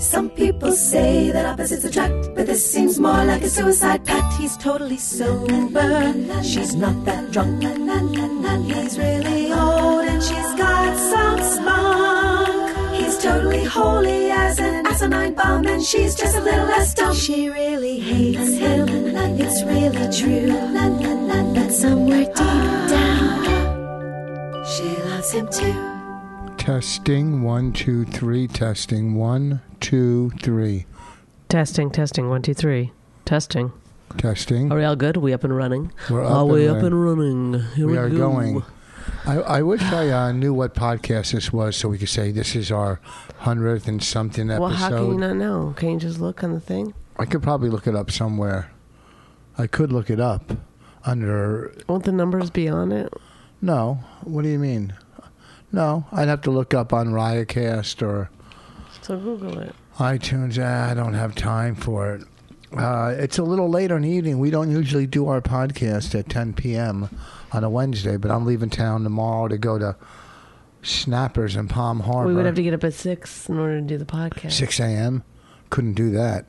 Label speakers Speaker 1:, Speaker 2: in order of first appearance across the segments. Speaker 1: Some people say that opposites attract, but this seems more like a suicide pact. He's totally sober, she's not that drunk. He's really old and she's got some spunk. He's totally holy as an asinine bomb, and she's just a little less dumb. She really hates him, it's really true. But somewhere deep down, she loves him too.
Speaker 2: Testing one, two, three. Testing one, two, three.
Speaker 3: Testing, testing, one, two, three. Testing.
Speaker 2: Testing.
Speaker 3: Are we all good? We up and running?
Speaker 2: We're
Speaker 3: are
Speaker 2: up
Speaker 3: we
Speaker 2: and
Speaker 3: up and running? Here
Speaker 2: We
Speaker 3: we,
Speaker 2: are
Speaker 3: go.
Speaker 2: going. I, I wish I uh, knew what podcast this was so we could say this is our hundredth and something episode.
Speaker 3: Well, how can you not know? Can you just look on the thing?
Speaker 2: I could probably look it up somewhere. I could look it up under.
Speaker 3: Won't the numbers be on it?
Speaker 2: No. What do you mean? No, I'd have to look up on Riotcast or
Speaker 3: So Google it.
Speaker 2: iTunes. Ah, I don't have time for it. Uh, it's a little late in the evening. We don't usually do our podcast at 10 p.m. on a Wednesday, but I'm leaving town tomorrow to go to Snappers in Palm Harbor.
Speaker 3: We would have to get up at six in order to do the podcast.
Speaker 2: 6 a.m. Couldn't do that.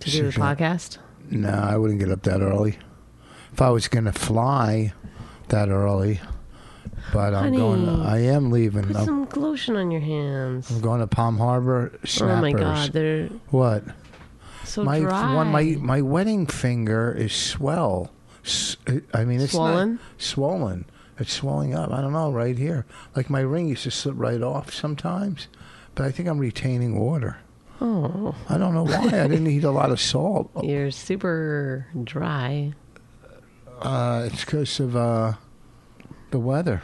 Speaker 3: to do the
Speaker 2: six, yeah.
Speaker 3: podcast.
Speaker 2: No, I wouldn't get up that early. If I was going to fly that early, but I'm
Speaker 3: Honey,
Speaker 2: going. I am leaving.
Speaker 3: Put
Speaker 2: I'm,
Speaker 3: some lotion on your hands.
Speaker 2: I'm going to Palm Harbor. Snappers.
Speaker 3: Oh my God, they're
Speaker 2: What?
Speaker 3: so
Speaker 2: my
Speaker 3: dry.
Speaker 2: one my my wedding finger is swell. S- uh, I mean, it's not-
Speaker 3: Swollen?
Speaker 2: swollen. It's swelling up. I don't know right here. Like my ring used to slip right off sometimes, but I think I'm retaining water.
Speaker 3: oh,
Speaker 2: I don't know why. I didn't eat a lot of salt.
Speaker 3: you're super dry.
Speaker 2: Uh, it's because of uh, the weather.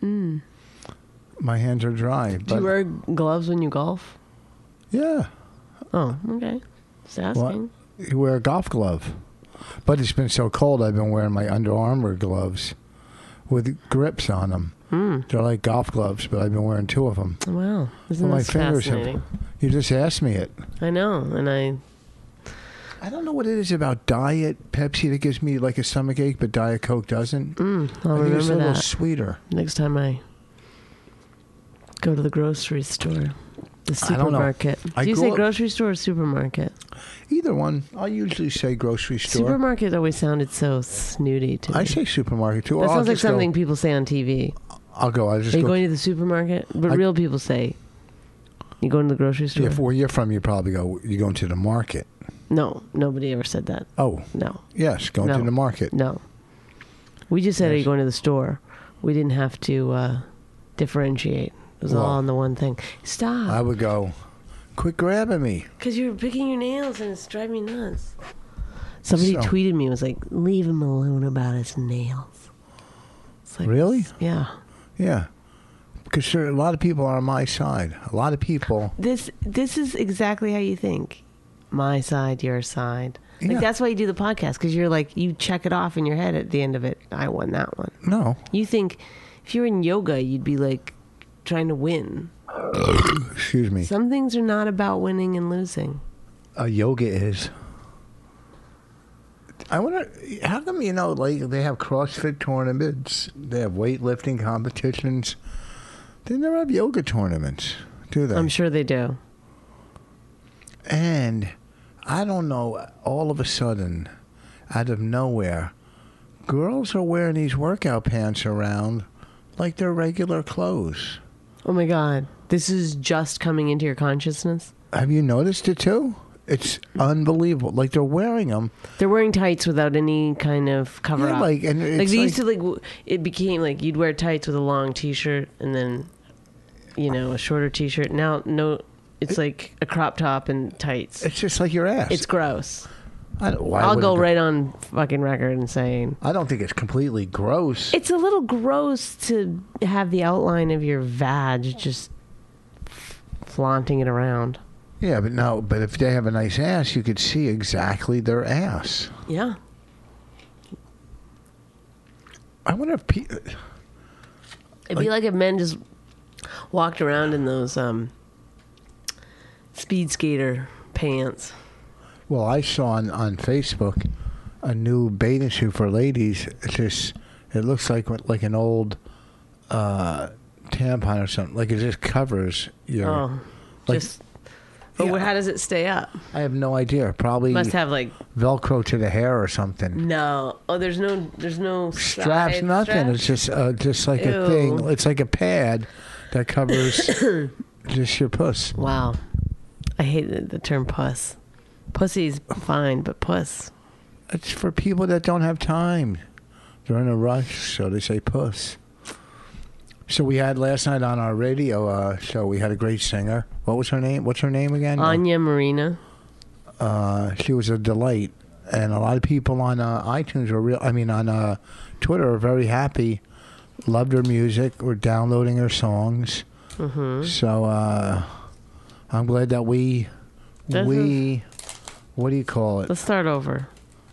Speaker 2: My hands are dry.
Speaker 3: Mm. Do
Speaker 2: But
Speaker 3: you wear gloves when you golf?
Speaker 2: yeah,
Speaker 3: Oh, okay. Just asking.
Speaker 2: you wear a golf glove. But it's been so cold. I've been wearing my Under Armour gloves with grips on them.
Speaker 3: Hmm.
Speaker 2: They're like golf gloves, but I've been wearing two of them.
Speaker 3: Wow, isn't
Speaker 2: Well, my
Speaker 3: this
Speaker 2: fingers have-
Speaker 3: fascinating?
Speaker 2: You just asked me it.
Speaker 3: I know, and I
Speaker 2: I don't know what it is about diet Pepsi that gives me like a stomach ache, but Diet Coke doesn't. I
Speaker 3: Mm, I'll
Speaker 2: think it's a
Speaker 3: remember
Speaker 2: little
Speaker 3: that
Speaker 2: sweeter.
Speaker 3: next time I go to the grocery store,
Speaker 2: I
Speaker 3: the
Speaker 2: don't know.
Speaker 3: supermarket.
Speaker 2: I
Speaker 3: Do you
Speaker 2: grew
Speaker 3: say
Speaker 2: up-
Speaker 3: grocery store or supermarket?
Speaker 2: Either one. I usually say grocery store.
Speaker 3: Supermarket always sounded so snooty to me.
Speaker 2: I say supermarket too. or
Speaker 3: that
Speaker 2: I'll
Speaker 3: sounds like
Speaker 2: just go-
Speaker 3: something people say on TV.
Speaker 2: I'll go. I'll just
Speaker 3: Are you
Speaker 2: go.
Speaker 3: going to the supermarket? But
Speaker 2: I-
Speaker 3: real people say, "You going to the grocery store?"
Speaker 2: Yeah, where you're from, you probably go. You're going to the market.
Speaker 3: no, nobody ever said that.
Speaker 2: Oh,
Speaker 3: No,
Speaker 2: yes, going
Speaker 3: No.
Speaker 2: to the market.
Speaker 3: no. We just said, "Are you
Speaker 2: Yes.
Speaker 3: going to the store?" We didn't have to uh, differentiate. It was
Speaker 2: Well,
Speaker 3: all on the one thing. Stop.
Speaker 2: I would go. Quit grabbing me.
Speaker 3: Because you're picking your nails and it's driving me nuts. Somebody
Speaker 2: So-
Speaker 3: tweeted me, was like, leave him alone about his nails. It's like,
Speaker 2: Really?
Speaker 3: Yeah.
Speaker 2: Yeah, because there, a lot of people are on my side. A lot of people.
Speaker 3: This this is exactly how you think. My side, your side.
Speaker 2: Yeah.
Speaker 3: Like that's why you do the podcast because you're like you check it off in your head at the end of it. I won that one.
Speaker 2: No,
Speaker 3: You think if you're in yoga, you'd be like trying to win.
Speaker 2: excuse me.
Speaker 3: Some things are not about winning and losing.
Speaker 2: uh, yoga is. I wonder how come you know like they have CrossFit tournaments, they have weightlifting competitions. They never have yoga tournaments, do they?
Speaker 3: I'm sure they do.
Speaker 2: And I don't know. All of a sudden, out of nowhere, girls are wearing these workout pants around like they're regular clothes.
Speaker 3: Oh my god, this is just coming into your consciousness.
Speaker 2: Have you noticed it too? It's unbelievable. Like they're wearing them.
Speaker 3: They're wearing tights without any kind of cover
Speaker 2: Yeah,
Speaker 3: up.
Speaker 2: like, and it's
Speaker 3: like they used
Speaker 2: like-
Speaker 3: to like w- it became like you'd wear tights with a long t-shirt and then you know a shorter t-shirt. Now no, it's like a crop top and tights.
Speaker 2: It's just like your ass.
Speaker 3: It's gross.
Speaker 2: I don't, why
Speaker 3: I'll
Speaker 2: would it
Speaker 3: go
Speaker 2: be-
Speaker 3: right on fucking record and saying
Speaker 2: I don't think it's completely gross.
Speaker 3: it's a little gross to have the outline of your vag just f- flaunting it around.
Speaker 2: yeah, but no, but if they have a nice ass, you could see exactly their ass.
Speaker 3: Yeah.
Speaker 2: I wonder if people.
Speaker 3: It'd be like if men just walked around in those um, speed skater pants.
Speaker 2: Well, I saw on, on Facebook a new bathing suit for ladies. It's just it looks like what- like an old uh, tampon or something. Like it just covers your.
Speaker 3: Oh,
Speaker 2: like,
Speaker 3: just. But wh-
Speaker 2: Yeah.
Speaker 3: how does it stay up?
Speaker 2: I have no idea. Probably
Speaker 3: Must have like
Speaker 2: Velcro to the hair or something.
Speaker 3: no. Oh, there's no. There's no
Speaker 2: Straps,
Speaker 3: side
Speaker 2: nothing.
Speaker 3: strap?
Speaker 2: It's just uh, just like a thing.
Speaker 3: Ew.
Speaker 2: It's like a pad that covers just your puss.
Speaker 3: Wow, I hate the, the term puss. Pussy's fine, but puss.
Speaker 2: It's for people that don't have time. They're in a rush, so they say puss. So we had last night on our radio uh, show. We had a great singer. What was her name? What's her name again?
Speaker 3: Anya Marina.
Speaker 2: Uh, she was a delight, and a lot of people on uh, iTunes were real. I mean, on uh, Twitter are very happy. Loved her music. Were downloading her songs.
Speaker 3: Mm-hmm.
Speaker 2: So uh, I'm glad that we
Speaker 3: This
Speaker 2: we what do you call it?
Speaker 3: Let's start over.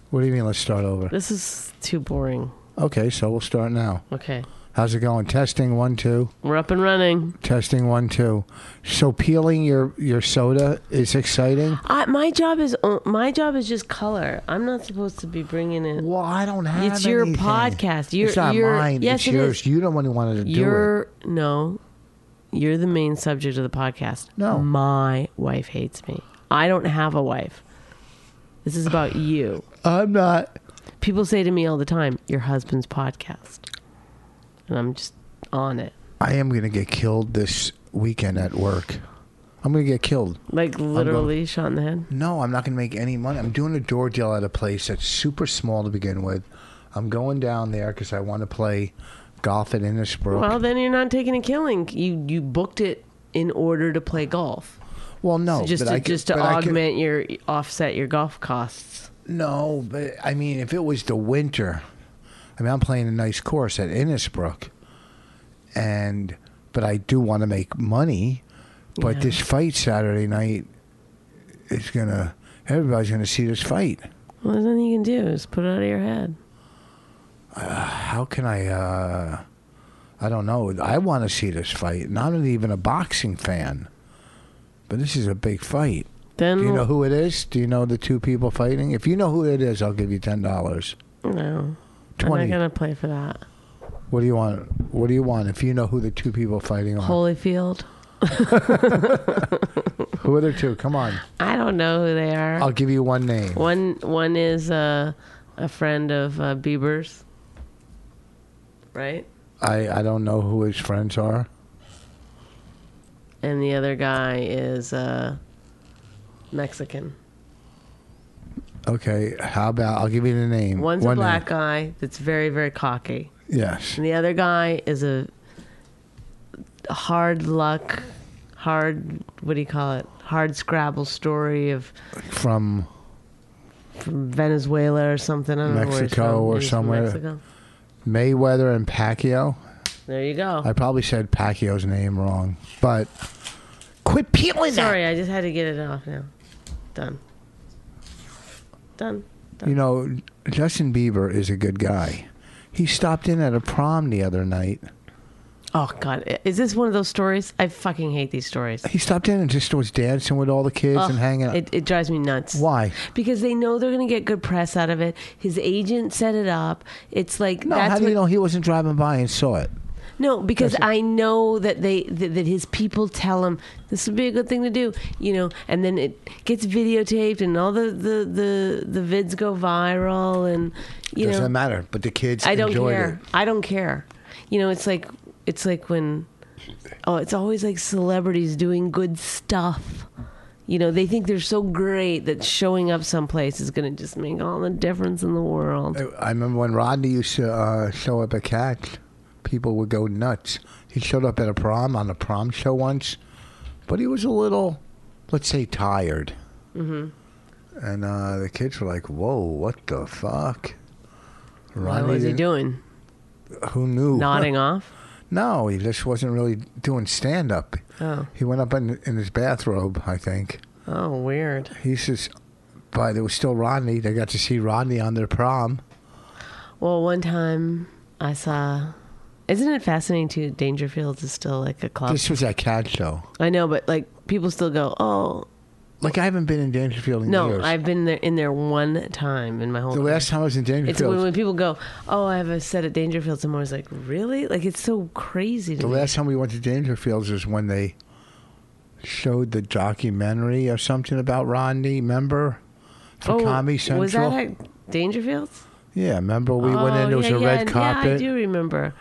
Speaker 2: What do you mean? Let's start over.
Speaker 3: This is too boring.
Speaker 2: Okay, so we'll start now.
Speaker 3: Okay,
Speaker 2: How's it going? Testing one two.
Speaker 3: we're up and running.
Speaker 2: Testing one two. So peeling your your soda is exciting.
Speaker 3: I, my job is o- my job is just color. I'm not supposed to be bringing in.
Speaker 2: Well, I don't have.
Speaker 3: It's your
Speaker 2: anything.
Speaker 3: podcast. You're-
Speaker 2: it's not
Speaker 3: you're-
Speaker 2: mine.
Speaker 3: yes,
Speaker 2: it's
Speaker 3: it
Speaker 2: yours.
Speaker 3: is.
Speaker 2: You don't want to want to do it.
Speaker 3: You're no, you're the main subject of the podcast.
Speaker 2: No.
Speaker 3: my wife hates me. I don't have a wife. This is about you.
Speaker 2: I'm not.
Speaker 3: People say to me all the time, "Your husband's podcast," and I'm just on it,
Speaker 2: I am gonna get killed this weekend at work. I'm gonna get killed.
Speaker 3: like literally shot in the head.
Speaker 2: No, I'm not going to make any money. I'm doing a door deal at a place that's super small to begin with. I'm going down there because I want to play golf at Innisbrook.
Speaker 3: Well, then you're not taking a killing. You you booked it in order to play golf,
Speaker 2: well, no,
Speaker 3: just
Speaker 2: but
Speaker 3: to,
Speaker 2: I could-
Speaker 3: just to
Speaker 2: but I could-
Speaker 3: augment your offset your golf costs.
Speaker 2: No, but I mean, if it was the winter, I mean, I'm playing a nice course at Innisbrook, and but I do want to make money. But
Speaker 3: Yeah.
Speaker 2: this fight Saturday night is gonna. Everybody's gonna see this fight.
Speaker 3: Well, there's nothing you can do. Just put it out of your head.
Speaker 2: How can I? uh I don't know. I want to see this fight, and I'm not even a boxing fan. But this is a big fight.
Speaker 3: Then
Speaker 2: Do you know who it is? Do you know the two people fighting? If you know who it is, I'll give you ten dollars.
Speaker 3: no, I'm
Speaker 2: Twenty.
Speaker 3: not gonna play for that.
Speaker 2: What do you want? What do you want? If you know who the two people fighting are,
Speaker 3: Holyfield.
Speaker 2: who are the two? Come on,
Speaker 3: I don't know who they are.
Speaker 2: I'll give you one name.
Speaker 3: One one is uh, a friend of uh, Bieber's, right?
Speaker 2: I I don't know who his friends are.
Speaker 3: And the other guy is uh, Mexican.
Speaker 2: Okay, how about I'll give you the name.
Speaker 3: One's
Speaker 2: One
Speaker 3: a black
Speaker 2: Name.
Speaker 3: guy that's very very cocky,
Speaker 2: Yes.
Speaker 3: and the other guy is a hard luck, hard what do you call it? Hard Scrabble story of
Speaker 2: From
Speaker 3: from Venezuela or something. I don't know where he's
Speaker 2: Mexico
Speaker 3: from.
Speaker 2: or
Speaker 3: He's from
Speaker 2: somewhere.
Speaker 3: Mexico.
Speaker 2: Mayweather and Pacquiao.
Speaker 3: There you go.
Speaker 2: I probably said Pacquiao's name wrong, but quit peeling
Speaker 3: Sorry, I just had to get it off now. Done. Done.
Speaker 2: that. You know, Justin Bieber is a good guy. He stopped in at a prom the other night.
Speaker 3: Oh God, I- is this one of those stories? I fucking hate these stories.
Speaker 2: He stopped in and just was dancing with all the kids
Speaker 3: Ugh,
Speaker 2: and hanging out.
Speaker 3: It, it drives me nuts.
Speaker 2: Why?
Speaker 3: Because they know they're gonna get good press out of it. His agent set it up. It's like
Speaker 2: No,
Speaker 3: that's
Speaker 2: how do
Speaker 3: what,
Speaker 2: you know he wasn't driving by and saw it?
Speaker 3: No, because
Speaker 2: That's a-
Speaker 3: I know that they that, that his people tell him this would be a good thing to do, you know, and then it gets videotaped and all the the the, the vids go viral and you
Speaker 2: Doesn't
Speaker 3: know
Speaker 2: matter. But the kids
Speaker 3: I don't
Speaker 2: enjoyed
Speaker 3: care. I don't care. You know, it's like it's like when oh, it's always like celebrities doing good stuff. You know, they think they're so great that showing up someplace is going to just make all the difference in the world.
Speaker 2: it. I remember when Rodney used to uh, show up at Cats, people would go nuts. He showed up at a prom on a prom show once, but he was a little, let's say, tired. Mm-hmm. And uh, the kids were like, "Whoa, what the fuck?"
Speaker 3: what was he
Speaker 2: didn't-
Speaker 3: doing?
Speaker 2: Who knew?
Speaker 3: Nodding off?
Speaker 2: No, he just wasn't really doing stand up.
Speaker 3: Oh.
Speaker 2: He went up in, in his bathrobe, I think.
Speaker 3: Oh, weird.
Speaker 2: He says, but it was still Rodney. They got to see Rodney on their prom.
Speaker 3: Well, one time I saw. Isn't it fascinating too? Dangerfields is still like a club.
Speaker 2: This was that cat show.
Speaker 3: I know, but like people still go, oh
Speaker 2: Like I haven't been in Dangerfield in
Speaker 3: no,
Speaker 2: years.
Speaker 3: I've been there in there one time in my whole.
Speaker 2: the
Speaker 3: career.
Speaker 2: last time I was in
Speaker 3: It's
Speaker 2: Dangerfield,
Speaker 3: when, when people go, oh, I have a set at Dangerfield. Someone was like, really? Like it's so crazy. To
Speaker 2: the
Speaker 3: me.
Speaker 2: last time we went to Dangerfields is when they showed the documentary or something about Rodney. Remember? From Comedy Central.
Speaker 3: Oh, Was that at Dangerfields?
Speaker 2: yeah, remember we went
Speaker 3: Oh,
Speaker 2: in. There was
Speaker 3: yeah,
Speaker 2: a
Speaker 3: yeah,
Speaker 2: red
Speaker 3: yeah,
Speaker 2: carpet.
Speaker 3: I do remember.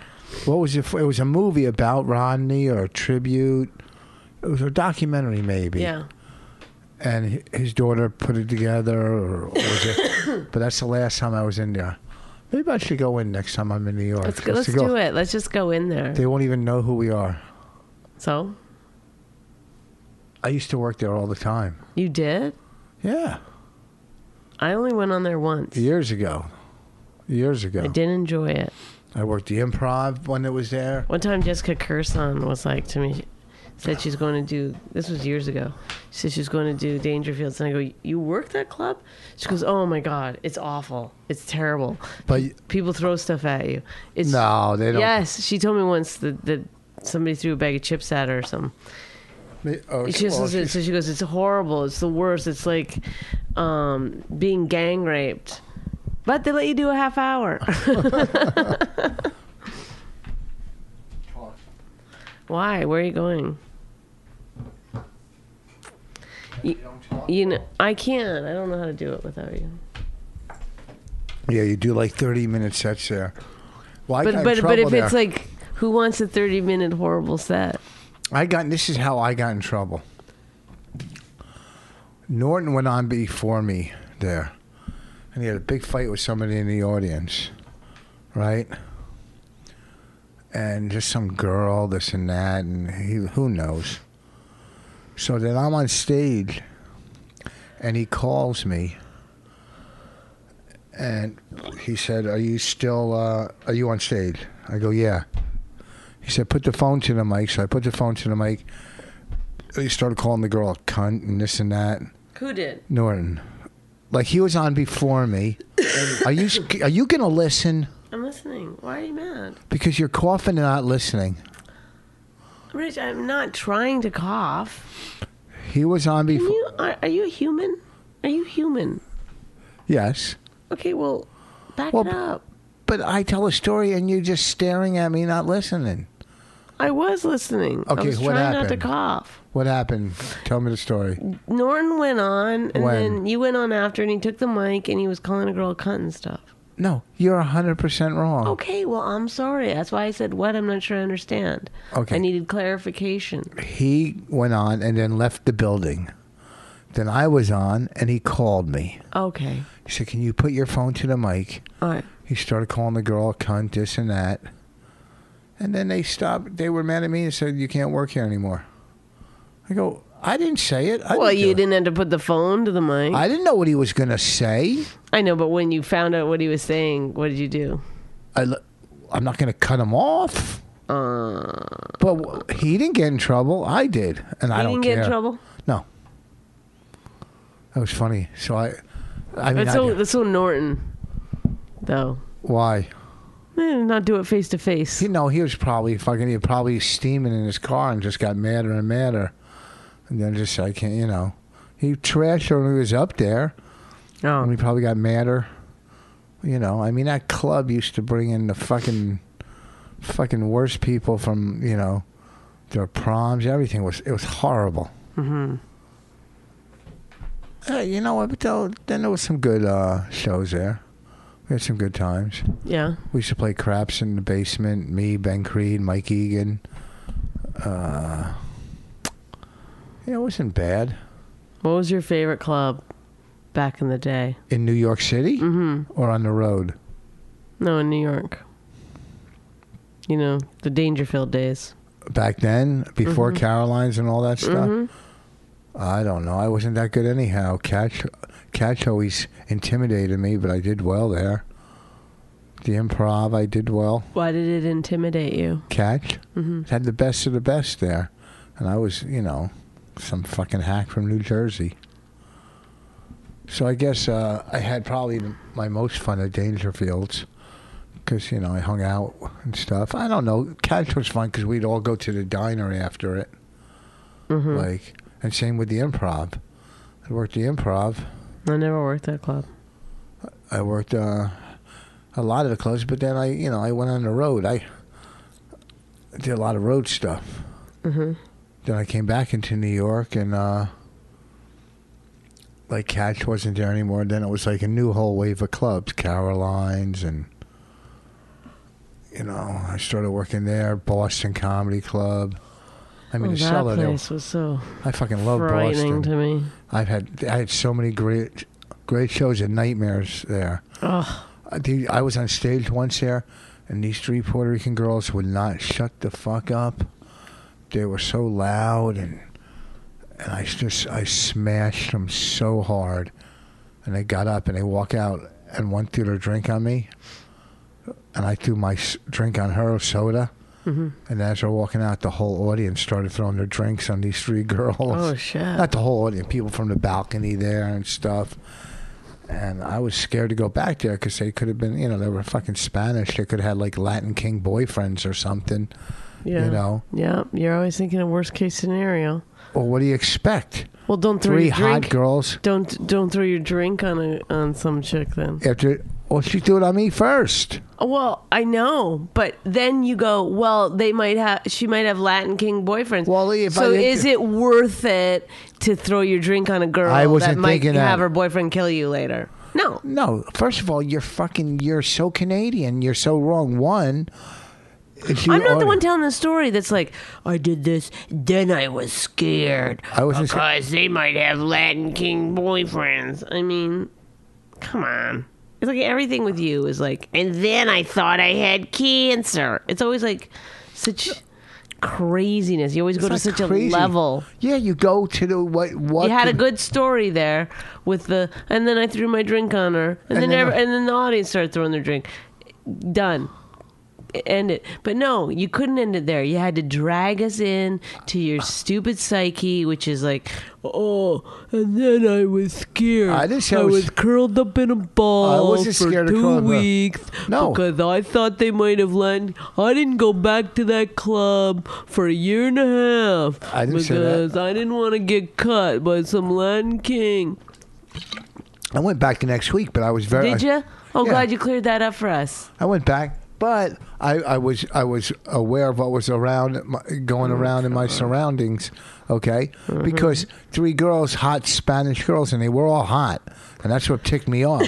Speaker 2: What was it? For? It was a movie about Rodney or a tribute. It was a documentary, maybe.
Speaker 3: Yeah.
Speaker 2: And hi- his daughter put it together, or, or was it? but that's the last time I was in there. Maybe I should go in next time I'm in New York.
Speaker 3: Let's go,
Speaker 2: just
Speaker 3: let's
Speaker 2: to
Speaker 3: do
Speaker 2: go-
Speaker 3: it. Let's just go in there.
Speaker 2: They won't even know who we are.
Speaker 3: So
Speaker 2: I used to work there all the time.
Speaker 3: you did?
Speaker 2: Yeah,
Speaker 3: I only went on there once.
Speaker 2: years ago. Years ago.
Speaker 3: I didn't enjoy it.
Speaker 2: I worked the improv when it was there.
Speaker 3: One time, Jessica Curson was like to me, said she's going to do. This was years ago. She said she's going to do Dangerfields, and I go, "You work that club?" She goes, "Oh my god, it's awful. It's terrible.
Speaker 2: But
Speaker 3: People throw stuff at you. It's
Speaker 2: no, they don't.
Speaker 3: Yes, she told me once that, that somebody threw a bag of chips at her or something.
Speaker 2: They- oh,
Speaker 3: She just
Speaker 2: well,
Speaker 3: says- so she goes, "It's horrible. It's the worst. It's like um, being gang raped." But they let you do a half hour. Why? Where are you going? You, you know, I can't. I don't know how to do it without you.
Speaker 2: yeah, you do like thirty minute sets there. Well, I got
Speaker 3: But
Speaker 2: in
Speaker 3: but but
Speaker 2: trouble
Speaker 3: if
Speaker 2: there.
Speaker 3: it's like, who wants a thirty-minute horrible set?
Speaker 2: I got this is how I got in trouble. Norton went on before me there, and he had a big fight with somebody in the audience, right? And just some girl, this and that, and he, who knows. So then I'm on stage, and he calls me, and he said, "Are you still? Uh, are you on stage?" I go, "Yeah." He said, "Put the phone to the mic." So I put the phone to the mic. He started calling the girl a cunt and this and that.
Speaker 3: Who did?
Speaker 2: Norton, like he was on before me. are you are you gonna listen?
Speaker 3: I'm listening. Why are you mad?
Speaker 2: Because you're coughing and not listening.
Speaker 3: Rich, I'm not trying to cough.
Speaker 2: He was on
Speaker 3: Can
Speaker 2: before.
Speaker 3: you, are, are you a human? Are you human?
Speaker 2: yes,
Speaker 3: Okay, well, back
Speaker 2: Well,
Speaker 3: it up.
Speaker 2: but I tell a story and you're just staring at me, not listening.
Speaker 3: I was listening. I
Speaker 2: Okay,
Speaker 3: was
Speaker 2: what
Speaker 3: trying not to
Speaker 2: happened?
Speaker 3: cough.
Speaker 2: What happened? Tell me the story.
Speaker 3: Norton went on, and
Speaker 2: When?
Speaker 3: then you went on after, and he took the mic, and he was calling a girl a cunt and stuff.
Speaker 2: No, you're hundred percent wrong.
Speaker 3: Okay, well, I'm sorry. That's why I said what. I'm not sure I understand.
Speaker 2: Okay.
Speaker 3: I needed clarification.
Speaker 2: He went on and then left the building. Then I was on and he called me.
Speaker 3: Okay.
Speaker 2: He said, "Can you put your phone to the mic?"
Speaker 3: All right.
Speaker 2: He started calling the girl a cunt, this and that. And then they stopped. They were mad at me and said, "You can't work here anymore." I go, "I didn't say it. I
Speaker 3: Well,
Speaker 2: didn't do
Speaker 3: you
Speaker 2: it."
Speaker 3: didn't have to put the phone to the mic.
Speaker 2: I didn't know what he was gonna say.
Speaker 3: I know, but when you found out what he was saying, what did you do?
Speaker 2: I, l- I'm not gonna cut him off."
Speaker 3: Uh.
Speaker 2: but w- he didn't get in trouble. I did, and I
Speaker 3: you
Speaker 2: don't
Speaker 3: didn't
Speaker 2: care.
Speaker 3: get in trouble.
Speaker 2: No, that was funny. So I, I mean,
Speaker 3: That's
Speaker 2: I
Speaker 3: so
Speaker 2: did-
Speaker 3: that's so Norton, though.
Speaker 2: why?
Speaker 3: Eh, not do it face to face.
Speaker 2: You know, he was probably fucking, he was probably steaming in his car and just got madder and madder. And then just, I can't, you know. He trashed her when he was up there. And
Speaker 3: Oh,
Speaker 2: he probably got madder. You know, I mean, that club used to bring in the fucking, fucking worst people from, you know, their proms. Everything was, it was horrible. Mm-hmm. Hey, you know what? But though, then there was some good uh, shows there. We had some good times.
Speaker 3: yeah.
Speaker 2: We used to play craps in the basement. Me, Ben Creed, Mike Egan. Uh, yeah, it wasn't bad
Speaker 3: What was your favorite club back in the day?
Speaker 2: in New York City or on the road.
Speaker 3: No, in New York. You know the Dangerfield days.
Speaker 2: Back then, before Caroline's and all that stuff, I don't know. I wasn't that good anyhow. Catch, catch always intimidated me, but I did well there. The improv, I did well.
Speaker 3: Why did it intimidate you?
Speaker 2: catch. It had the best of the best there. And I was, you know, some fucking hack from New Jersey. So I guess uh, I had probably the, my most fun at Dangerfields because you know I hung out and stuff. I don't know. Catch was fun because we'd all go to the diner after it. Like, and same with the improv. I worked the improv.
Speaker 3: I never worked that club.
Speaker 2: I worked uh, a lot of the clubs, but then I, you know, I went on the road. I did a lot of road stuff. Mm-hmm. Then I came back into New York, and uh, like Catch wasn't there anymore. Then it was like a new whole wave of clubs, Caroline's, and you know, I started working there, Boston Comedy Club. I mean,
Speaker 3: Oh,
Speaker 2: the
Speaker 3: that
Speaker 2: cellar. there-
Speaker 3: place was so
Speaker 2: I fucking love
Speaker 3: frightening
Speaker 2: Boston.
Speaker 3: to me.
Speaker 2: I've had I had so many great great shows and nightmares there.
Speaker 3: Ugh.
Speaker 2: I think- I was on stage once there, and these three Puerto Rican girls would not shut the fuck up. They were so loud, and and I just I smashed them so hard, and they got up and they walk out, and one threw their drink on me, and I threw my s- drink on her soda. And as they're walking out, the whole audience started throwing their drinks on these three girls
Speaker 3: Oh shit.
Speaker 2: not the whole audience, people from the balcony there and stuff. And I was scared to go back there because they could have been, you know, they were fucking Spanish. They could have had like Latin King boyfriends or something.
Speaker 3: yeah.
Speaker 2: You know,
Speaker 3: Yeah. You're always thinking of worst case scenario.
Speaker 2: well, what do you expect?
Speaker 3: Well, don't throw
Speaker 2: Three
Speaker 3: your drink.
Speaker 2: hot girls
Speaker 3: Don't don't throw your drink on a on some chick then.
Speaker 2: after. Well, she threw it on me first.
Speaker 3: Well, I know, but then you go, well, they might have she might have Latin King boyfriends.
Speaker 2: Well, if I
Speaker 3: so
Speaker 2: didn't-
Speaker 3: is it worth it to throw your drink on a girl
Speaker 2: I wasn't
Speaker 3: that might
Speaker 2: thinking that.
Speaker 3: have her boyfriend kill you later? No.
Speaker 2: No, first of all, you're fucking. You're so Canadian. You're so wrong. One. if you
Speaker 3: I'm not
Speaker 2: are-
Speaker 3: the one telling the story that's like, I did this, then I was scared.
Speaker 2: I wasn't sca-
Speaker 3: because they might have Latin King boyfriends. I mean, come on. It's like everything with you is like, and then I thought I had cancer. It's always like such craziness. You always go to
Speaker 2: It's not
Speaker 3: such
Speaker 2: crazy.
Speaker 3: a level.
Speaker 2: Yeah, you go to the what? What
Speaker 3: You had
Speaker 2: the-
Speaker 3: a good story there with the, and then I threw my drink on her, and, then
Speaker 2: then
Speaker 3: every,
Speaker 2: I-
Speaker 3: and then the audience started throwing their drink. Done. End it. But no, you couldn't end it there. You had to drag us in to your stupid psyche, which is like, oh, and then I was scared.
Speaker 2: I didn't say I
Speaker 3: I
Speaker 2: was-
Speaker 3: was curled up in a ball
Speaker 2: I wasn't
Speaker 3: for
Speaker 2: scared of
Speaker 3: two
Speaker 2: curling up.
Speaker 3: weeks
Speaker 2: No.
Speaker 3: because I thought they might have let. I didn't go back to that club for a year and a half
Speaker 2: I didn't
Speaker 3: because
Speaker 2: say that.
Speaker 3: I didn't want to get cut by some Latin king.
Speaker 2: I went back the next week, but I was very.
Speaker 3: Did you? Oh,
Speaker 2: Yeah.
Speaker 3: glad you cleared that up for us.
Speaker 2: I went back, but I, I was I was aware of what was around my, going
Speaker 3: Mm-hmm.
Speaker 2: around in my
Speaker 3: Uh-huh.
Speaker 2: surroundings. Okay, because three girls, hot Spanish girls, and they were all hot, and that's what ticked me off.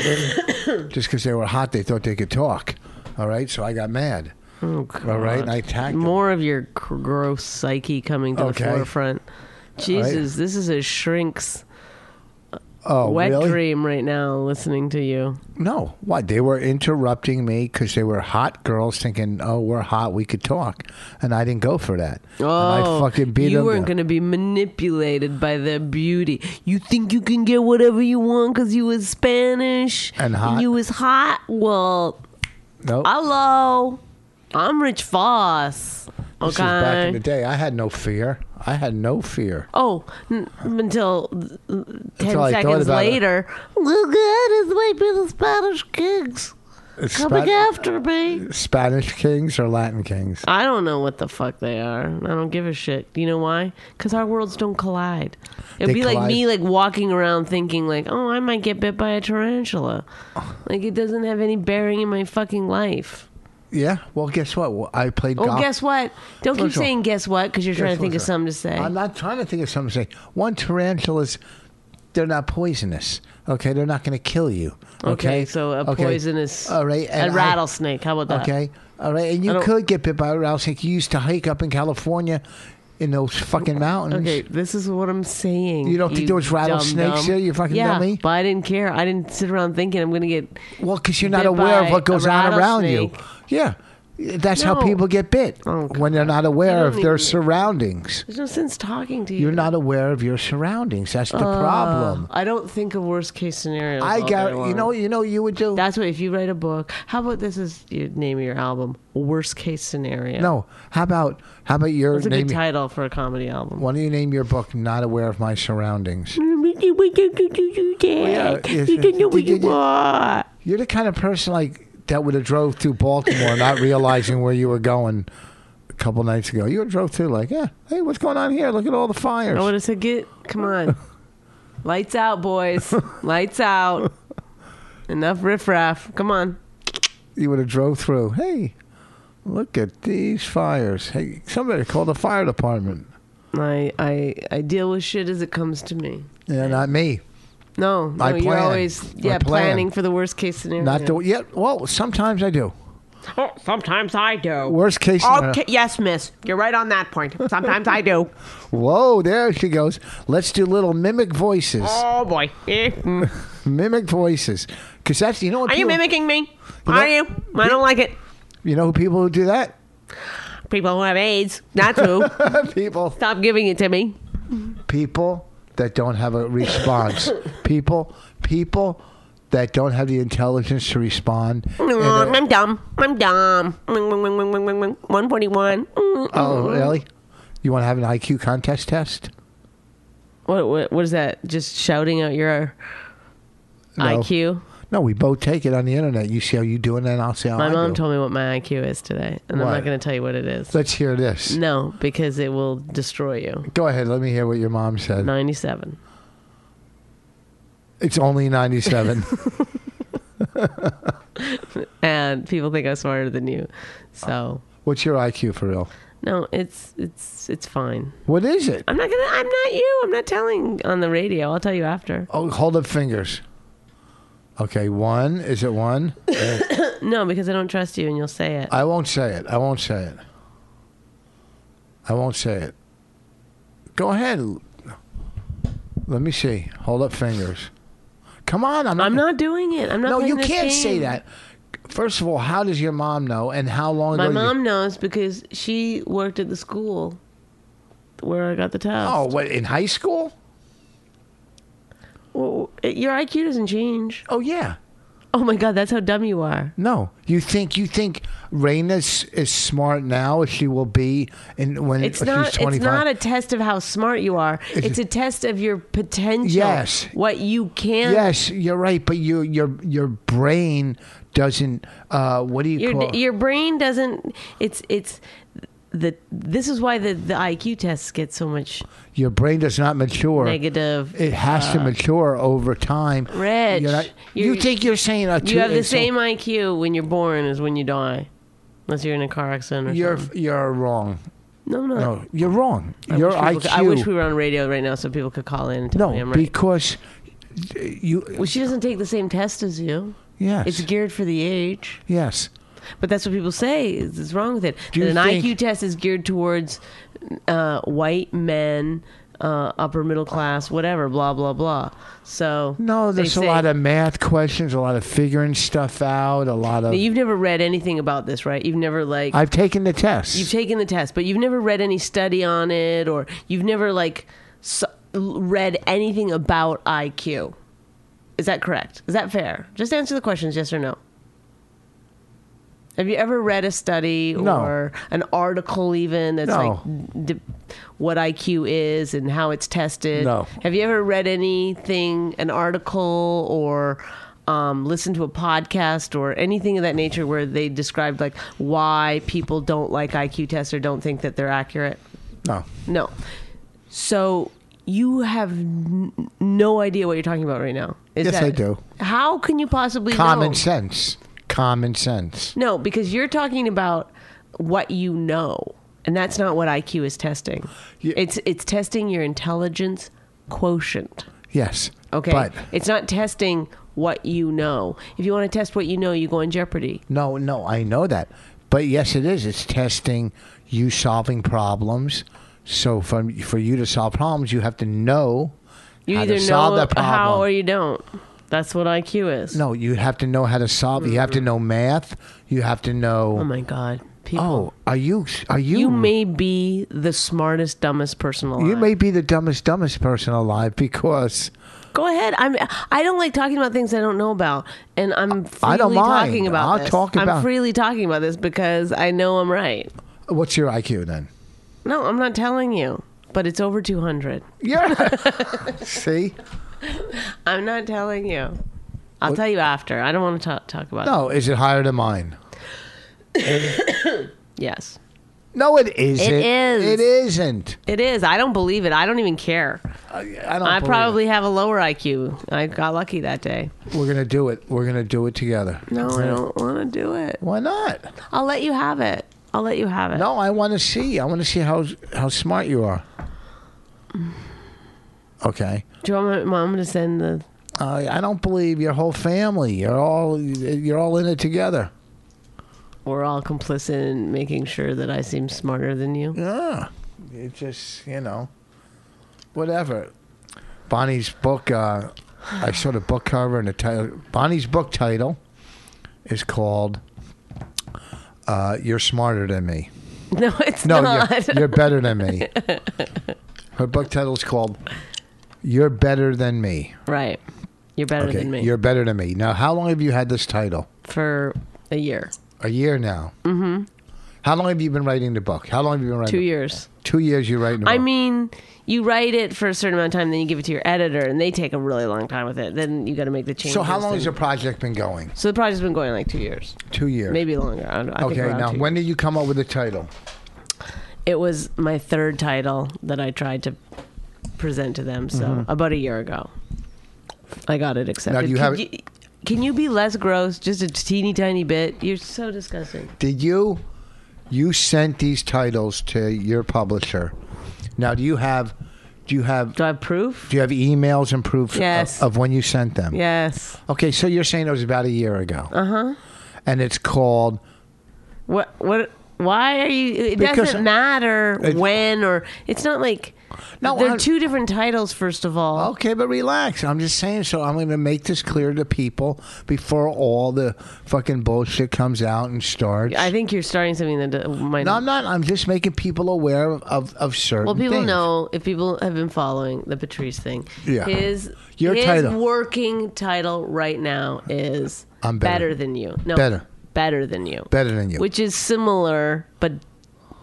Speaker 2: Just because they were hot, they thought they could talk. All right, so I got mad. All right, and I attacked. them.
Speaker 3: Oh, More of your cr- gross psyche coming to
Speaker 2: Okay.
Speaker 3: the forefront. Jesus, this is a shrink's
Speaker 2: oh,
Speaker 3: wet
Speaker 2: really?
Speaker 3: dream right now. Listening to you,
Speaker 2: No, why they were interrupting me because they were hot girls, thinking, "Oh, we're hot, we could talk," and I didn't go for that.
Speaker 3: oh,
Speaker 2: and I fucking beat
Speaker 3: you
Speaker 2: them.
Speaker 3: weren't going to be manipulated by their beauty. You think you can get whatever you want because you was Spanish
Speaker 2: And hot.
Speaker 3: You was hot. Well,
Speaker 2: Nope.
Speaker 3: Hello. I'm Rich Foss. Okay.
Speaker 2: This was back in the day. I had no fear. I had no fear.
Speaker 3: oh, n- until uh, 10
Speaker 2: all I thought
Speaker 3: seconds
Speaker 2: about it.
Speaker 3: later. Look at this might be the Spanish kings coming
Speaker 2: Spa-
Speaker 3: after me.
Speaker 2: Spanish kings or Latin kings?
Speaker 3: I don't know what the fuck they are. I don't give a shit. You know why? Because our worlds don't collide. It'd
Speaker 2: They
Speaker 3: be like me,
Speaker 2: collide.
Speaker 3: like walking around thinking, like, oh, I might get bit by a tarantula. Like it doesn't have any bearing in my fucking life.
Speaker 2: Yeah. Well, guess what? Well, I played
Speaker 3: Well,
Speaker 2: golf.
Speaker 3: Oh, guess what? Don't keep
Speaker 2: Listen.
Speaker 3: saying guess what because you're trying
Speaker 2: Guess
Speaker 3: to think
Speaker 2: what,
Speaker 3: of
Speaker 2: sir?
Speaker 3: something to say.
Speaker 2: I'm not trying to think of something to say. One tarantulas, they're not poisonous. Okay, they're not going to kill you. Okay,
Speaker 3: okay, so a
Speaker 2: Okay.
Speaker 3: poisonous,
Speaker 2: All right,
Speaker 3: a
Speaker 2: and I-
Speaker 3: rattlesnake. How about that?
Speaker 2: Okay, all right, and
Speaker 3: I
Speaker 2: you
Speaker 3: don't-
Speaker 2: could get bit by a rattlesnake. You used to hike up in California, in those fucking mountains.
Speaker 3: Okay, this is what I'm saying.
Speaker 2: You don't think there was rattlesnakes
Speaker 3: dumb-dumb.
Speaker 2: there, you fucking
Speaker 3: yeah,
Speaker 2: dummy?
Speaker 3: But I didn't care. I didn't sit around thinking I'm going to get.
Speaker 2: Well, because you're not
Speaker 3: Bit
Speaker 2: aware
Speaker 3: by
Speaker 2: of what goes
Speaker 3: a
Speaker 2: on around you.
Speaker 3: rattlesnake.
Speaker 2: Yeah. That's how
Speaker 3: No.
Speaker 2: people get bit
Speaker 3: Oh,
Speaker 2: when they're not aware
Speaker 3: don't
Speaker 2: of their
Speaker 3: even-
Speaker 2: surroundings.
Speaker 3: There's no sense talking to you.
Speaker 2: You're not aware of your surroundings. That's the
Speaker 3: Uh,
Speaker 2: problem.
Speaker 3: I don't think of worst case scenarios.
Speaker 2: I
Speaker 3: all day
Speaker 2: got
Speaker 3: long.
Speaker 2: you know you know what you would do
Speaker 3: That's what if you write a book. How about this is your name of your album? Worst case scenario.
Speaker 2: no. How about how about your
Speaker 3: that's a
Speaker 2: name?
Speaker 3: good title for a comedy album.
Speaker 2: Why don't you name your book "Not Aware of My Surroundings"?
Speaker 3: You don't know what you want.
Speaker 2: You're the kind of person like that would have drove through Baltimore, not realizing where you were going a couple nights ago. You would have drove through like, yeah, hey, what's going on here? Look at all the fires.
Speaker 3: I would have said, "Get, come on, lights out, boys, lights out. Enough riffraff. Come on."
Speaker 2: you would have drove through. Hey, look at these fires. Hey, somebody call the fire department.
Speaker 3: I I I deal with shit as it comes to me.
Speaker 2: Yeah, not me.
Speaker 3: No, no
Speaker 2: I
Speaker 3: you're
Speaker 2: plan.
Speaker 3: always
Speaker 2: I
Speaker 3: yeah
Speaker 2: plan.
Speaker 3: planning for the worst case scenario.
Speaker 2: Not the yeah. Well, sometimes I do.
Speaker 3: Oh, sometimes I do.
Speaker 2: Worst case scenario.
Speaker 3: Okay, yes, miss. You're right on that point. Sometimes I do.
Speaker 2: Whoa, there she goes. Let's do little mimic voices.
Speaker 3: Oh boy. Eh, mm.
Speaker 2: Mimic voices. Because that's you know what
Speaker 3: Are you
Speaker 2: people,
Speaker 3: mimicking me?
Speaker 2: You
Speaker 3: Are
Speaker 2: know-
Speaker 3: you? I don't like it.
Speaker 2: you know who people who do that?
Speaker 3: People who have AIDS. That's who.
Speaker 2: people
Speaker 3: Stop giving it to me.
Speaker 2: people that don't have a response. people people that don't have the intelligence to respond. in
Speaker 3: Mm,
Speaker 2: a-
Speaker 3: I'm dumb. I'm dumb. Mm, mm, mm, mm, mm, mm, mm. 141. Mm.
Speaker 2: oh, really? You want to have an IQ contest test?
Speaker 3: What, what what is that? Just shouting out your
Speaker 2: No.
Speaker 3: IQ?
Speaker 2: No, we both take it on the internet. You see how you doing, and I'll see how
Speaker 3: My
Speaker 2: I
Speaker 3: mom
Speaker 2: do.
Speaker 3: told me what my IQ is today, and I'm
Speaker 2: What?
Speaker 3: not going to tell you what it is.
Speaker 2: Let's hear this.
Speaker 3: No, because it will destroy you.
Speaker 2: Go ahead. Let me hear what your mom said.
Speaker 3: 97.
Speaker 2: It's only ninety-seven.
Speaker 3: And people think I'm smarter than you. So,
Speaker 2: What's your IQ for real?
Speaker 3: no, it's it's it's fine.
Speaker 2: What is it?
Speaker 3: I'm not going to I'm not you. I'm not telling on the radio. I'll tell you after.
Speaker 2: Oh, hold up fingers. Okay, one. Is it one?
Speaker 3: No, because I don't trust you and you'll say it.
Speaker 2: I won't say it. I won't say it. I won't say it. Go ahead. Let me see. Hold up fingers. Come on. I'm not.
Speaker 3: I'm not doing it. I'm not
Speaker 2: no,
Speaker 3: playing
Speaker 2: you
Speaker 3: this
Speaker 2: can't say
Speaker 3: game.
Speaker 2: that. First of all, how does your mom know? And how long
Speaker 3: My
Speaker 2: ago? you-
Speaker 3: mom knows because she worked at the school where I got the test.
Speaker 2: Oh, what in high school?
Speaker 3: Well, it- your IQ doesn't change.
Speaker 2: Oh yeah.
Speaker 3: Oh my God, that's how dumb you are.
Speaker 2: No, you think you think Raina is, is smart now as she will be in when
Speaker 3: It's
Speaker 2: she's
Speaker 3: not. It's
Speaker 2: twenty
Speaker 3: not
Speaker 2: five.
Speaker 3: a test of how smart you are. It's a test of your potential.
Speaker 2: Yes.
Speaker 3: What you can.
Speaker 2: Yes, you're right, but your your your brain doesn't. Uh, what do you
Speaker 3: Your
Speaker 2: call?
Speaker 3: your brain doesn't. It's it's the. This is why the the IQ tests get so much
Speaker 2: your brain does not mature.
Speaker 3: negative. Uh,
Speaker 2: It has to mature over time.
Speaker 3: Rich,
Speaker 2: You're not- you
Speaker 3: you're-
Speaker 2: think you're saying a two,
Speaker 3: you have the
Speaker 2: it's a-
Speaker 3: same IQ when you're born as when you die, unless you're in a car accident or
Speaker 2: You're
Speaker 3: something.
Speaker 2: you're wrong.
Speaker 3: No, no.
Speaker 2: No, you're wrong.
Speaker 3: I
Speaker 2: your
Speaker 3: wish people
Speaker 2: IQ.
Speaker 3: could- I wish we were on radio right now so people could call in and tell
Speaker 2: no,
Speaker 3: me I'm right.
Speaker 2: because you.
Speaker 3: well, she doesn't take the same test as you.
Speaker 2: Yes.
Speaker 3: It's geared for the age.
Speaker 2: yes.
Speaker 3: But that's what people say is, is wrong with it.
Speaker 2: Do you
Speaker 3: That an
Speaker 2: think-
Speaker 3: IQ test is geared towards uh, white men, uh, upper middle class, whatever, blah, blah, blah. So.
Speaker 2: No,
Speaker 3: they
Speaker 2: there's a
Speaker 3: say-
Speaker 2: lot of math questions, a lot of figuring stuff out, a lot of.
Speaker 3: Now, You've never read anything about this, right? You've never, like.
Speaker 2: I've taken the test.
Speaker 3: you've taken the test, but you've never read any study on it or you've never, like, su- read anything about IQ. Is that correct? Is that fair? Just answer the questions yes or no. Have you ever read a study
Speaker 2: No.
Speaker 3: or an article even that's
Speaker 2: No.
Speaker 3: like d- what IQ is and how it's tested?
Speaker 2: No.
Speaker 3: Have you ever read anything, an article or um, listened to a podcast or anything of that nature where they described like why people don't like IQ tests or don't think that they're accurate?
Speaker 2: no.
Speaker 3: No. So you have n- no idea what you're talking about right now. Is
Speaker 2: Yes,
Speaker 3: that-
Speaker 2: I do.
Speaker 3: How can you possibly
Speaker 2: Common
Speaker 3: know?
Speaker 2: sense. Common sense.
Speaker 3: No, because you're talking about what you know, and that's not what IQ is testing.
Speaker 2: Yeah.
Speaker 3: It's it's testing your intelligence quotient.
Speaker 2: Yes.
Speaker 3: Okay,
Speaker 2: But
Speaker 3: it's not testing what you know. If you want to test what you know, you go in Jeopardy.
Speaker 2: no, no, I know that. But yes, it is. It's testing you solving problems. So for for you to solve problems, you have to know
Speaker 3: You
Speaker 2: how
Speaker 3: either
Speaker 2: to solve
Speaker 3: know
Speaker 2: that problem.
Speaker 3: how or you don't. That's what IQ is.
Speaker 2: no, you have to know how to solve. You have to know math. You have to know.
Speaker 3: Mm. Oh my God,
Speaker 2: Oh,
Speaker 3: people.
Speaker 2: are you? Are you?
Speaker 3: You may be the smartest, dumbest person alive.
Speaker 2: You may be the dumbest, dumbest person alive because
Speaker 3: Go ahead. I'm. I don't like talking about things I don't know about, and I'm freely
Speaker 2: I don't mind.
Speaker 3: talking about
Speaker 2: I'll
Speaker 3: this.
Speaker 2: talk
Speaker 3: I'm
Speaker 2: about-
Speaker 3: freely talking about this because I know I'm right.
Speaker 2: what's your IQ then?
Speaker 3: No, I'm not telling you, but it's over 200.
Speaker 2: Yeah. See?
Speaker 3: I'm not telling you. I'll tell you after. I don't want to talk talk about it.
Speaker 2: No, is it higher than mine?
Speaker 3: Yes.
Speaker 2: No, it isn't.
Speaker 3: is.
Speaker 2: It isn't.
Speaker 3: It is. I don't believe it. I don't even care.
Speaker 2: I, I don't.
Speaker 3: I
Speaker 2: believe it.
Speaker 3: probably have a lower IQ. I got lucky that day.
Speaker 2: We're gonna do it. We're gonna do it together.
Speaker 3: No, I don't want to do it.
Speaker 2: Why not?
Speaker 3: I'll let you have it. I'll let you have it.
Speaker 2: No, I want to see. I want to see how how smart you are. Okay.
Speaker 3: Do you want my mom to send the?
Speaker 2: I I don't believe your whole family. You're all you're all in it together.
Speaker 3: We're all complicit in making sure that I seem smarter than you.
Speaker 2: Yeah. It just you know, whatever. Bonnie's book. Uh, I saw the book cover and the title. Bonnie's book title is called uh, "You're Smarter Than Me."
Speaker 3: No, it's
Speaker 2: No,
Speaker 3: not.
Speaker 2: you're, you're better than me. Her book title's called "You're Better Than Me."
Speaker 3: right. You're better
Speaker 2: Okay,
Speaker 3: than me.
Speaker 2: you're better than me. Now, how long have you had this title?
Speaker 3: For a year,
Speaker 2: A year now. Mm-hmm. How long have you been writing the book? How long have you been writing?
Speaker 3: two
Speaker 2: the-
Speaker 3: years.
Speaker 2: Two years. You're writing. The
Speaker 3: I
Speaker 2: book.
Speaker 3: mean, you write it for a certain amount of time, then you give it to your editor, and they take a really long time with it. Then you got to make the changes.
Speaker 2: So, how long
Speaker 3: and-
Speaker 2: has your project been going?
Speaker 3: So the project's been going like two years,
Speaker 2: Two years.
Speaker 3: maybe longer. I, don't- I think
Speaker 2: Okay.
Speaker 3: around
Speaker 2: Now,
Speaker 3: two
Speaker 2: when
Speaker 3: years.
Speaker 2: did you come up with the title?
Speaker 3: it was my third title that I tried to present to them. So about a year ago, I got it accepted.
Speaker 2: Mm-hmm. you
Speaker 3: Could
Speaker 2: have-
Speaker 3: you- can you be less gross, just a teeny tiny bit? You're so disgusting.
Speaker 2: Did you you sent these titles to your publisher? Now, do you have do you have
Speaker 3: Do I have proof?
Speaker 2: do you have emails and proof of-
Speaker 3: Yes.
Speaker 2: of, when you sent them?
Speaker 3: Yes.
Speaker 2: Okay, so you're saying it was about a year ago. Uh huh.
Speaker 3: Uh-huh.
Speaker 2: And it's called
Speaker 3: What? What? Why are you? It
Speaker 2: Because-
Speaker 3: doesn't matter
Speaker 2: It-
Speaker 3: when or it's not like.
Speaker 2: No,
Speaker 3: there are
Speaker 2: I-
Speaker 3: two different titles. First of all,
Speaker 2: Okay, but relax. I'm just saying. So I'm going to make this clear to people before all the fucking bullshit comes out and starts.
Speaker 3: I think you're starting something that d- might.
Speaker 2: no, I'm not. I'm just making people aware of of, of certain.
Speaker 3: Well, people
Speaker 2: things.
Speaker 3: know if people have been following the Patrice thing.
Speaker 2: Yeah.
Speaker 3: His
Speaker 2: Your
Speaker 3: his
Speaker 2: title.
Speaker 3: working title right now is
Speaker 2: I'm better.
Speaker 3: than you. No,
Speaker 2: Better.
Speaker 3: better than you.
Speaker 2: better than you.
Speaker 3: Which is similar, but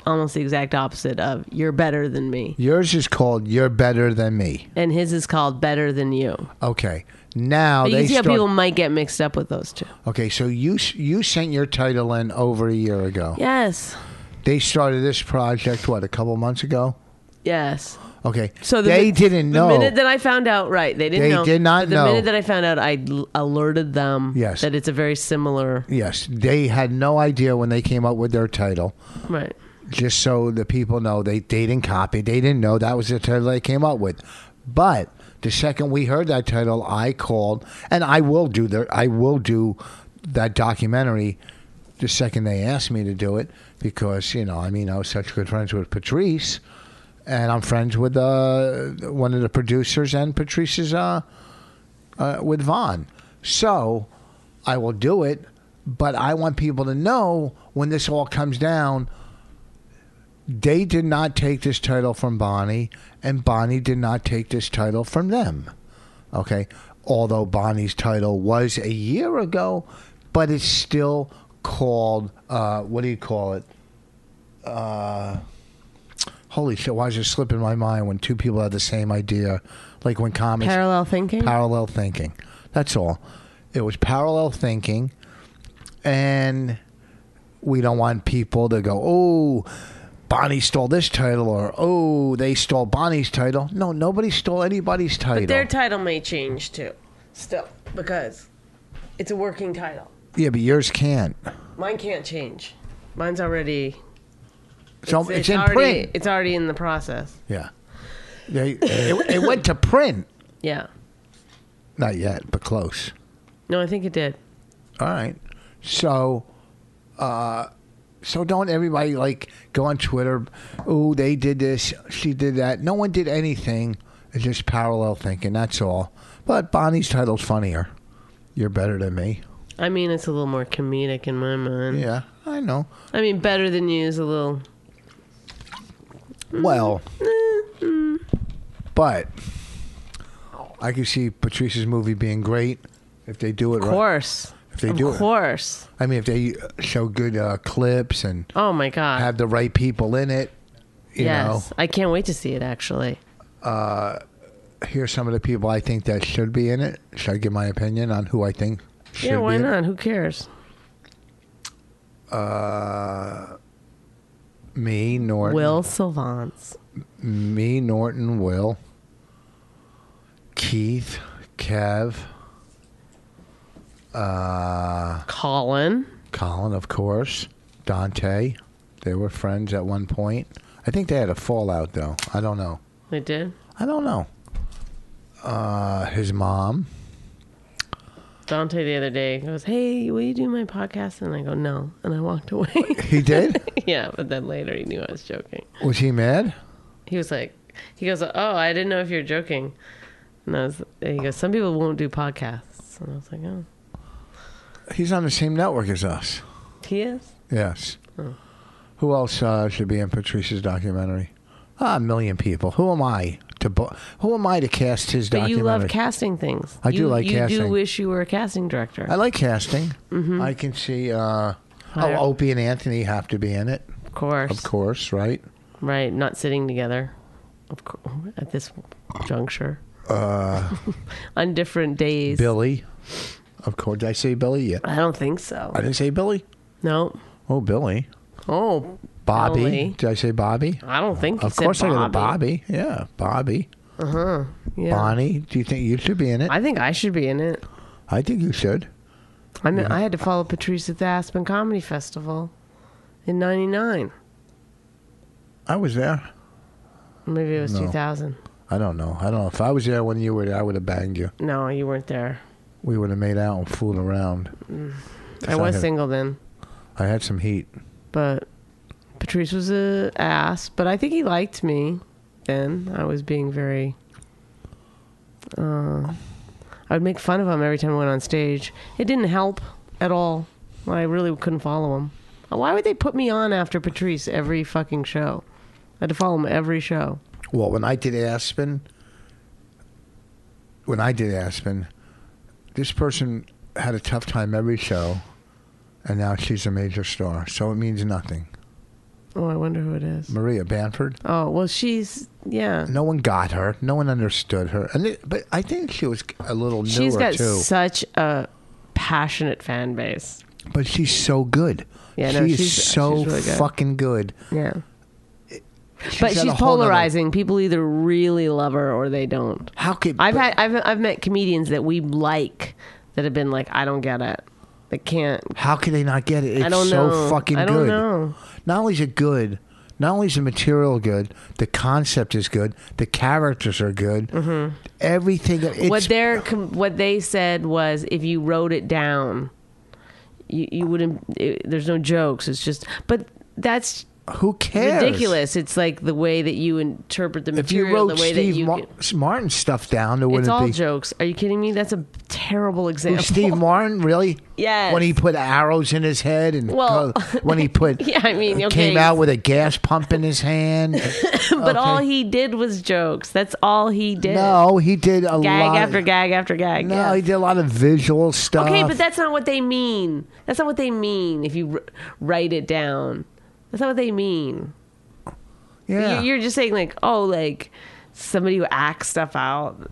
Speaker 3: almost the exact opposite of you're better than me.
Speaker 2: Yours is called "You're Better Than Me."
Speaker 3: And his is called better than you.
Speaker 2: Okay, now
Speaker 3: But
Speaker 2: Oh,
Speaker 3: you
Speaker 2: they
Speaker 3: can see
Speaker 2: start.
Speaker 3: how people might get mixed up with those two.
Speaker 2: okay, so you s- you sent your title in over a year ago.
Speaker 3: Yes.
Speaker 2: They started this project what a couple months ago.
Speaker 3: Yes.
Speaker 2: Okay,
Speaker 3: So the
Speaker 2: they
Speaker 3: min-
Speaker 2: didn't know.
Speaker 3: The minute that I found out, right? They didn't
Speaker 2: They
Speaker 3: know.
Speaker 2: did not
Speaker 3: but the
Speaker 2: know.
Speaker 3: minute that I found out, I l- alerted them.
Speaker 2: Yes.
Speaker 3: That it's a very similar.
Speaker 2: yes, they had no idea when they came up with their title.
Speaker 3: Right.
Speaker 2: just so the people know they, they didn't copy they didn't know that was the title they came up with but the second we heard that title i called and i will do the i will do that documentary the second they asked me to do it because you know i mean i was such good friends with patrice and i'm friends with uh, one of the producers and patrice's uh, uh, with Vaughn. So I will do it, but I want people to know when this all comes down, they did not take this title from Bonnie, and Bonnie did not take this title from them. Okay. Although Bonnie's title was a year ago, but it's still called, uh, what do you call it? Uh, holy shit, why is it slipping my mind when two people have the same idea? Like when comics
Speaker 3: Parallel thinking.
Speaker 2: parallel thinking. That's all. It was parallel thinking, and we don't want people to go, oh, Bonnie stole this title, or oh, they stole Bonnie's title. No, nobody stole anybody's title.
Speaker 3: But their title may change too, still, because it's a working title.
Speaker 2: yeah, but yours can't.
Speaker 3: Mine can't change. Mine's already.
Speaker 2: So it's, in
Speaker 3: already,
Speaker 2: print.
Speaker 3: It's already in the process.
Speaker 2: yeah, they, it, it went to print.
Speaker 3: Yeah.
Speaker 2: Not yet, but close.
Speaker 3: No, I think it did.
Speaker 2: All right. So, uh, so don't everybody like go on Twitter? Oh, they did this. She did that. No one did anything. It's just parallel thinking. That's all. But Bonnie's title's funnier. You're better than me.
Speaker 3: I mean, it's a little more comedic in my mind.
Speaker 2: Yeah, I know.
Speaker 3: I mean, better than you is a little.
Speaker 2: Well, but I can see Patrice's movie being great if they do it
Speaker 3: Of
Speaker 2: right.
Speaker 3: course.
Speaker 2: If they
Speaker 3: of
Speaker 2: do it.
Speaker 3: course.
Speaker 2: I mean, if they show good uh, clips and
Speaker 3: Oh my God.
Speaker 2: have the right people in it, you
Speaker 3: yes.
Speaker 2: know.
Speaker 3: I can't wait to see it, actually.
Speaker 2: hear some of the people I think that should be in it? Should I give my opinion on who I think? Should
Speaker 3: yeah, why
Speaker 2: be in it?
Speaker 3: not? Who cares?
Speaker 2: Me, Norton.
Speaker 3: Will Sylvans.
Speaker 2: Me, Norton, Will, Keith, Kev,
Speaker 3: Colin.
Speaker 2: Colin, of course, Dante. They were friends at one point. I think they had a fallout, though. I don't know.
Speaker 3: They did.
Speaker 2: I don't know. Uh, his mom.
Speaker 3: Dante the other day goes, Hey, will you do my podcast? And I go, No. And I walked away.
Speaker 2: He did?
Speaker 3: yeah, but then later he knew I was joking.
Speaker 2: was he mad?
Speaker 3: He was like, He goes, Oh, I didn't know if you were joking. And I was, and he goes, Some people won't do podcasts. And I was like, Oh,
Speaker 2: He's on the same network as us.
Speaker 3: he is?
Speaker 2: Yes. Who else uh, should be in Patricia's documentary? Ah, a million people. Who am I to bo- Who am I to cast his
Speaker 3: But
Speaker 2: documentary?
Speaker 3: you love casting things.
Speaker 2: I do
Speaker 3: You-
Speaker 2: like
Speaker 3: you do
Speaker 2: casting.
Speaker 3: wish you were a casting director.
Speaker 2: I like casting.
Speaker 3: Mm-hmm.
Speaker 2: I can see. Uh, oh,
Speaker 3: Hire-
Speaker 2: Opie and Anthony have to be in it,
Speaker 3: of course.
Speaker 2: of course, right?
Speaker 3: Right. Not sitting together. Of course. At this juncture. Uh, On different days.
Speaker 2: Billy, of course. Did I say Billy yet?
Speaker 3: I don't think so.
Speaker 2: I didn't say Billy.
Speaker 3: No.
Speaker 2: Oh, Billy.
Speaker 3: Oh,
Speaker 2: Bobby.
Speaker 3: Billy.
Speaker 2: Did I say Bobby?
Speaker 3: I don't think. you
Speaker 2: Of
Speaker 3: said
Speaker 2: course, I got a
Speaker 3: Bobby.
Speaker 2: Bobby. Yeah, Bobby.
Speaker 3: Yeah.
Speaker 2: Bonnie. Do you think you should be in it? I,
Speaker 3: I think I should be in it.
Speaker 2: think you should.
Speaker 3: I mean, I had to follow Patrice at the Aspen Comedy Festival in '99.
Speaker 2: I was there.
Speaker 3: Maybe it was
Speaker 2: No.
Speaker 3: 2000.
Speaker 2: I don't know. I don't know. If I was there when you were there, I would have banged you.
Speaker 3: No, you weren't there.
Speaker 2: We would have made out and fooled around.
Speaker 3: Mm. I
Speaker 2: not
Speaker 3: was
Speaker 2: him.
Speaker 3: single then,
Speaker 2: I had some heat.
Speaker 3: but Patrice was a ass. But I think he liked me then. I was being very. Uh, I would make fun of him every time I went on stage. It didn't help at all. I really couldn't follow him. Uh, Why would they put me on after Patrice every fucking show? I had to follow him every show.
Speaker 2: Well, when I did Aspen, when I did Aspen, this person had a tough time every show, and now she's a major star. So it means nothing.
Speaker 3: Oh, I wonder who it is.
Speaker 2: Maria Banford.
Speaker 3: Oh, well, she's yeah.
Speaker 2: No one got her. No one understood her. And it, but I think she was a little newer
Speaker 3: She's got
Speaker 2: too.
Speaker 3: such a passionate fan base.
Speaker 2: but she's so good.
Speaker 3: Yeah,
Speaker 2: she
Speaker 3: no,
Speaker 2: is
Speaker 3: she's-
Speaker 2: so
Speaker 3: she's really good.
Speaker 2: fucking good.
Speaker 3: Yeah. but
Speaker 2: at a
Speaker 3: she's
Speaker 2: whole nother-
Speaker 3: polarizing. People either really love her or they don't.
Speaker 2: How could
Speaker 3: I've
Speaker 2: but-
Speaker 3: had I've I've met comedians that we like that have been like, I don't get it. They can't
Speaker 2: How could they not get it? It's
Speaker 3: I don't
Speaker 2: so
Speaker 3: know.
Speaker 2: fucking
Speaker 3: I
Speaker 2: good.
Speaker 3: don't know.
Speaker 2: Not only is it good, not only is the material good, the concept is good, the characters are good, mm-hmm. everything. It's,
Speaker 3: what their com- what they said was if you wrote it down you, you wouldn't it, there's no jokes it's just but that's
Speaker 2: who cares?
Speaker 3: ridiculous. It's like the way that you interpret the
Speaker 2: If you
Speaker 3: material,
Speaker 2: wrote
Speaker 3: the way
Speaker 2: Steve
Speaker 3: that you.
Speaker 2: Mar-
Speaker 3: get-
Speaker 2: Martin stuff down, there
Speaker 3: it's
Speaker 2: wouldn't
Speaker 3: all
Speaker 2: be.
Speaker 3: jokes. Are you kidding me? That's a terrible
Speaker 2: Who,
Speaker 3: example.
Speaker 2: Steve Martin, really?
Speaker 3: Yes.
Speaker 2: When he put arrows in his head and
Speaker 3: Well,
Speaker 2: co- when he put
Speaker 3: Yeah, I mean, okay.
Speaker 2: came out with a gas pump in his hand.
Speaker 3: but all he did was jokes. That's all he did.
Speaker 2: no, he did a
Speaker 3: gag
Speaker 2: lot.
Speaker 3: after gag after gag.
Speaker 2: No,
Speaker 3: yeah.
Speaker 2: he did a lot of visual stuff.
Speaker 3: Okay, but that's not what they mean. That's not what they mean. If you r- write it down, that's not what they mean.
Speaker 2: yeah.
Speaker 3: You're, you're just saying like, oh, like somebody who acts stuff out.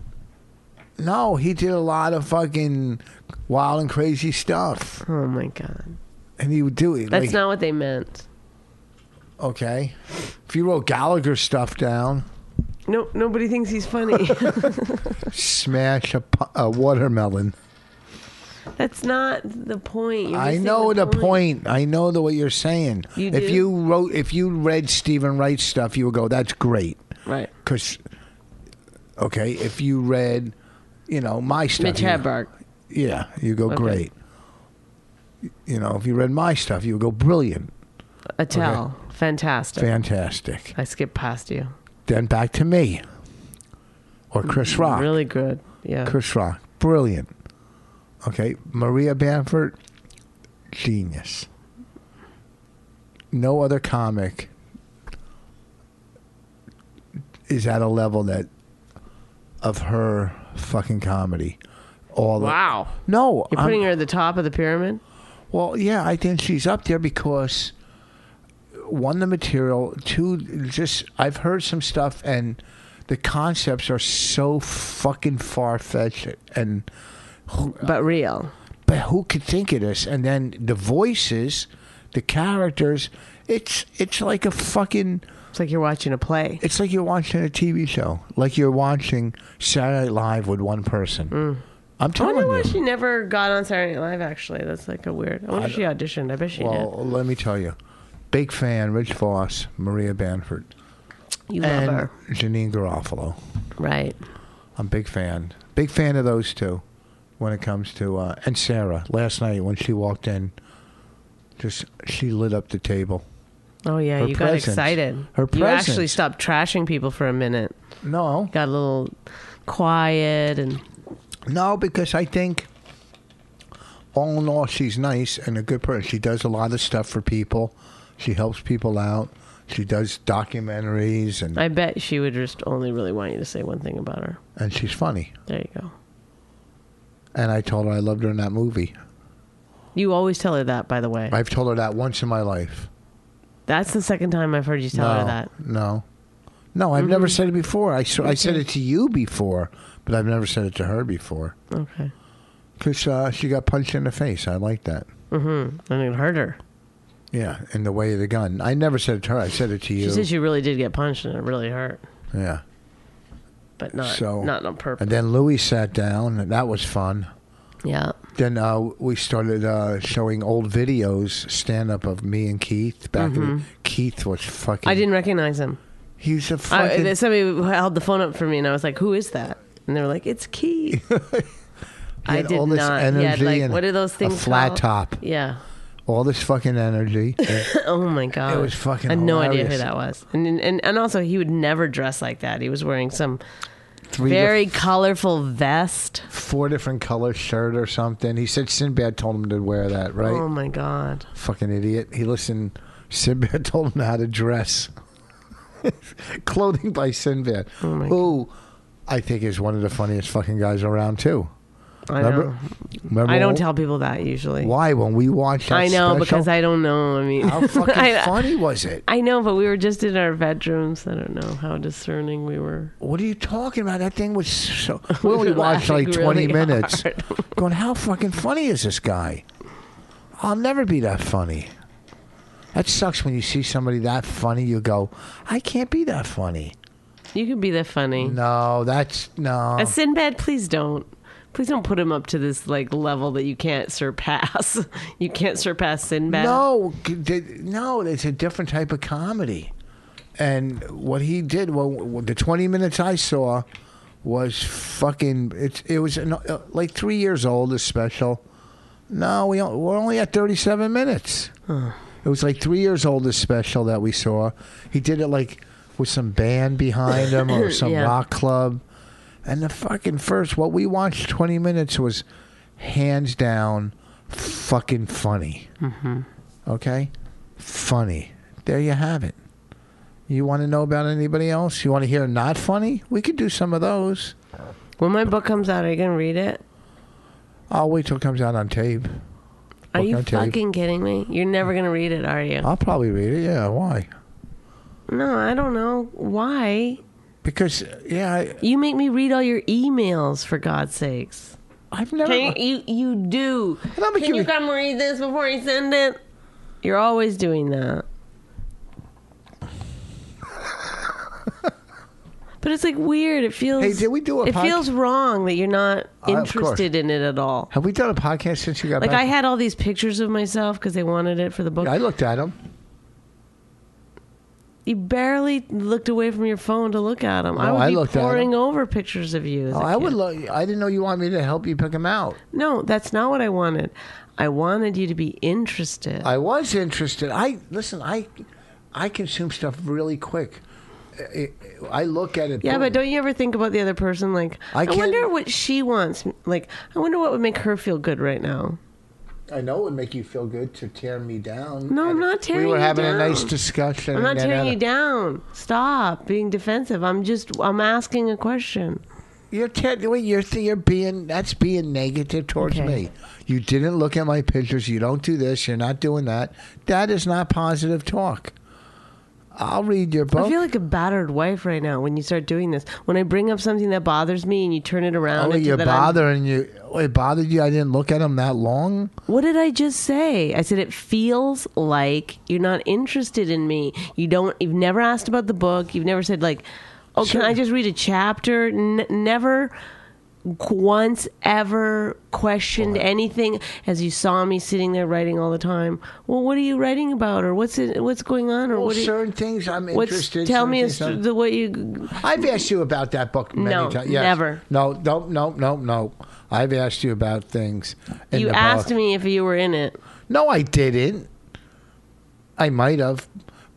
Speaker 2: No, he did a lot of fucking wild and crazy stuff,
Speaker 3: Oh my god,
Speaker 2: and he would do it.
Speaker 3: that's
Speaker 2: like,
Speaker 3: not what they meant.
Speaker 2: okay. If you wrote Gallagher stuff down,
Speaker 3: No, nobody thinks he's funny.
Speaker 2: smash a, pu- a watermelon.
Speaker 3: That's not the point. You're
Speaker 2: I
Speaker 3: missing
Speaker 2: know the point. I know the what you're saying.
Speaker 3: You
Speaker 2: if
Speaker 3: do?
Speaker 2: you wrote, if you read Stephen Wright's stuff, you would go, "That's great."
Speaker 3: Right.
Speaker 2: Because, okay, if you read, you know, my stuff,
Speaker 3: Mitch
Speaker 2: you-
Speaker 3: Hedberg.
Speaker 2: yeah, you go great. You know, if you read my stuff, you would go brilliant,
Speaker 3: Attell. Fantastic.
Speaker 2: fantastic.
Speaker 3: I skipped past you.
Speaker 2: Then back to me. Or Chris Rock.
Speaker 3: Mm, Really good. Yeah.
Speaker 2: Chris Rock. Brilliant. Okay. Maria Bamford, genius. No other comic is at a level that of her fucking comedy. All the-
Speaker 3: wow.
Speaker 2: No,
Speaker 3: You're
Speaker 2: I'm-
Speaker 3: putting her at the top of the pyramid?
Speaker 2: well, yeah, I think she's up there because one, the material, two, just I've heard some stuff, and the concepts are so fucking far fetched and who,
Speaker 3: but real.
Speaker 2: but who could think of this? And then the voices, the characters, it's it's like a fucking
Speaker 3: It's like you're watching a play.
Speaker 2: it's like you're watching a TV show, like you're watching Saturday Night Live with one person. I'm
Speaker 3: Mm. I
Speaker 2: telling
Speaker 3: wonder why
Speaker 2: you.
Speaker 3: she never got on Saturday Night Live. Actually, that's like a weird. I wonder if she auditioned. I bet she
Speaker 2: well, let me tell you, big fan Rich Voss, Maria Banford,
Speaker 3: did. You love
Speaker 2: and
Speaker 3: her,
Speaker 2: Janine Garofalo.
Speaker 3: right?
Speaker 2: I'm big fan, big fan of those two. When it comes to uh, and Sarah last night when she walked in, just she lit up the table.
Speaker 3: Oh yeah,
Speaker 2: Her
Speaker 3: you
Speaker 2: presence.
Speaker 3: got excited.
Speaker 2: Her
Speaker 3: you actually
Speaker 2: presence.
Speaker 3: stopped trashing people for a minute.
Speaker 2: No,
Speaker 3: Got a little quiet and
Speaker 2: No, because I think all in all, she's nice and a good person. She does a lot of stuff for people. She helps people out. She does documentaries and
Speaker 3: I bet she would just only really want you to say one thing about her.
Speaker 2: and she's funny.
Speaker 3: There you go.
Speaker 2: And I told her I loved her in that movie.
Speaker 3: You always tell her that, by the way.
Speaker 2: I've told her that once in my life.
Speaker 3: That's the second time I've heard you tell
Speaker 2: no,
Speaker 3: her that. Mm-hmm.
Speaker 2: no, no. I've never said it before. I s- I said it to you before, but I've never said it to her before
Speaker 3: Okay.
Speaker 2: because uh, she got punched in the face. I like that.
Speaker 3: I mean, it hurt her.
Speaker 2: Yeah, in the way of the gun. I never said it to her. I said it to you.
Speaker 3: She said she really did get punched and it really hurt,
Speaker 2: yeah.
Speaker 3: but not
Speaker 2: So-
Speaker 3: not on purpose.
Speaker 2: And then Louis sat down, and that was fun.
Speaker 3: yeah.
Speaker 2: Then uh, we started uh, showing old videos, stand up of me and Keith. Back in, Keith was fucking.
Speaker 3: Mm-hmm. I didn't recognize him.
Speaker 2: He's a
Speaker 3: I,
Speaker 2: fucking.
Speaker 3: there- somebody held the phone up for me, and I was like, "Who is that?" And they were like, "It's Keith." I
Speaker 2: had
Speaker 3: did
Speaker 2: all this
Speaker 3: not. He had,
Speaker 2: energy
Speaker 3: like,
Speaker 2: and
Speaker 3: what are those
Speaker 2: a
Speaker 3: things?
Speaker 2: flat
Speaker 3: called?
Speaker 2: top.
Speaker 3: Yeah.
Speaker 2: all this fucking energy.
Speaker 3: oh my god.
Speaker 2: It was fucking
Speaker 3: I had no idea who
Speaker 2: hilarious.
Speaker 3: that was, and and and also he would never dress like that. He was wearing some
Speaker 2: Three
Speaker 3: very
Speaker 2: to
Speaker 3: colorful vest.
Speaker 2: f- four different color shirt or something. He said Sinbad told him to wear that, right?
Speaker 3: Oh my god.
Speaker 2: Fucking idiot. He listened. Sinbad told him how to dress. Clothing by Sinbad,
Speaker 3: Oh my
Speaker 2: who I think is one of the funniest fucking guys around too.
Speaker 3: I
Speaker 2: Remember,
Speaker 3: know.
Speaker 2: remember
Speaker 3: I don't
Speaker 2: when-
Speaker 3: tell people that usually.
Speaker 2: Why when we watched that
Speaker 3: I know
Speaker 2: special,
Speaker 3: because I don't know. I mean,
Speaker 2: how fucking
Speaker 3: I,
Speaker 2: funny was it?
Speaker 3: I know, but we were just in our bedrooms. I don't know how discerning we were.
Speaker 2: What are you talking about? That thing was so. We only
Speaker 3: were
Speaker 2: watched like
Speaker 3: laughing
Speaker 2: twenty
Speaker 3: really
Speaker 2: minutes.
Speaker 3: hard.
Speaker 2: going, how fucking funny is this guy? I'll never be that funny. That sucks when you see somebody that funny. You go, I can't be that funny.
Speaker 3: You could be that funny.
Speaker 2: No, that's no.
Speaker 3: A Sinbad, please don't. Please don't put him up to this like level that you can't surpass. you can't surpass Sinbad.
Speaker 2: No, c- did- no, it's a different type of comedy. And what he did, well, w- the twenty minutes I saw was fucking. It, it was an, uh, like three years old. This special. No, we don't, we're only at thirty-seven minutes. It was like three years old. This special that we saw. He did it like with some band behind him or some
Speaker 3: Yeah.
Speaker 2: rock club. And the fucking first, what we watched twenty minutes was hands down fucking funny. Okay? Funny. There you have it. You want to know about anybody else? You want to hear not funny? We could do some of those.
Speaker 3: When my book comes out, are you gonna read it?
Speaker 2: I'll wait till it comes out on tape.
Speaker 3: Are
Speaker 2: Book
Speaker 3: you
Speaker 2: on tape.
Speaker 3: fucking kidding me? You're never gonna read it, are you?
Speaker 2: I'll probably read it. Yeah, why?
Speaker 3: no, I don't know why.
Speaker 2: Because yeah, I,
Speaker 3: You make me read all your emails for God's sakes.
Speaker 2: I've never.
Speaker 3: Can you, e- you you do?
Speaker 2: And I'm a
Speaker 3: Can you
Speaker 2: human-
Speaker 3: come read this before you send it? You're always doing that. But it's like weird. It feels.
Speaker 2: Hey, did we do a
Speaker 3: It
Speaker 2: podca-
Speaker 3: feels wrong that you're not
Speaker 2: of
Speaker 3: interested in it at all.
Speaker 2: Have we done a podcast since you got
Speaker 3: Like I
Speaker 2: back?
Speaker 3: had all these pictures of myself because they wanted it for the book.
Speaker 2: I looked at them.
Speaker 3: you barely looked away from your phone to look at them. I
Speaker 2: No,
Speaker 3: would
Speaker 2: I
Speaker 3: be
Speaker 2: looked at 'em.
Speaker 3: poring over pictures of you. as
Speaker 2: Oh,
Speaker 3: a
Speaker 2: I would
Speaker 3: kid.
Speaker 2: look. I didn't know you wanted me to help you pick them out.
Speaker 3: No, that's not what I wanted. I wanted you to be interested.
Speaker 2: I was interested. I listen. I I consume stuff really quick. I, I look at it.
Speaker 3: yeah,
Speaker 2: boom.
Speaker 3: but don't you ever think about the other person? Like,
Speaker 2: I
Speaker 3: I,
Speaker 2: can't-
Speaker 3: wonder what she wants. Like, I wonder what would make her feel good right now.
Speaker 2: I know it would make you feel good to tear me down.
Speaker 3: No, I'm
Speaker 2: And
Speaker 3: not tearing
Speaker 2: We were
Speaker 3: you
Speaker 2: having a
Speaker 3: down.
Speaker 2: nice discussion.
Speaker 3: I'm not
Speaker 2: and then
Speaker 3: tearing
Speaker 2: I-
Speaker 3: you down. Stop being defensive. I'm just, I'm asking a question.
Speaker 2: You're te- wait, you're th- you're being that's being negative towards
Speaker 3: Okay.
Speaker 2: me. You didn't look at my pictures. You don't do this. You're not doing that. That is not positive talk. I'll read your book.
Speaker 3: I feel like a battered wife right now when you start doing this. When I bring up something that bothers me and you turn it around.
Speaker 2: oh,
Speaker 3: into
Speaker 2: you're
Speaker 3: that I'm-
Speaker 2: bothering you. oh, It bothered you. I didn't look at him that long.
Speaker 3: What did I just say? I said it feels like you're not interested in me. You don't. You've never asked about the book. You've never said like, "Oh,
Speaker 2: Sure.
Speaker 3: can I just read a chapter?" N- never qu- once ever questioned anything as you saw me sitting there writing all the time. Well, what are you writing about, or what's it? What's going on, or
Speaker 2: Well,
Speaker 3: what? Are you,
Speaker 2: certain things I'm
Speaker 3: what's
Speaker 2: interested.
Speaker 3: tell
Speaker 2: certain
Speaker 3: me a
Speaker 2: things I'm-
Speaker 3: st- the way you
Speaker 2: I've asked you about that book many
Speaker 3: No,
Speaker 2: times.
Speaker 3: never.
Speaker 2: No, no, no, no, no. I've asked you about things. In
Speaker 3: you
Speaker 2: the
Speaker 3: asked
Speaker 2: book.
Speaker 3: me if you were in it.
Speaker 2: No, I didn't. I might have,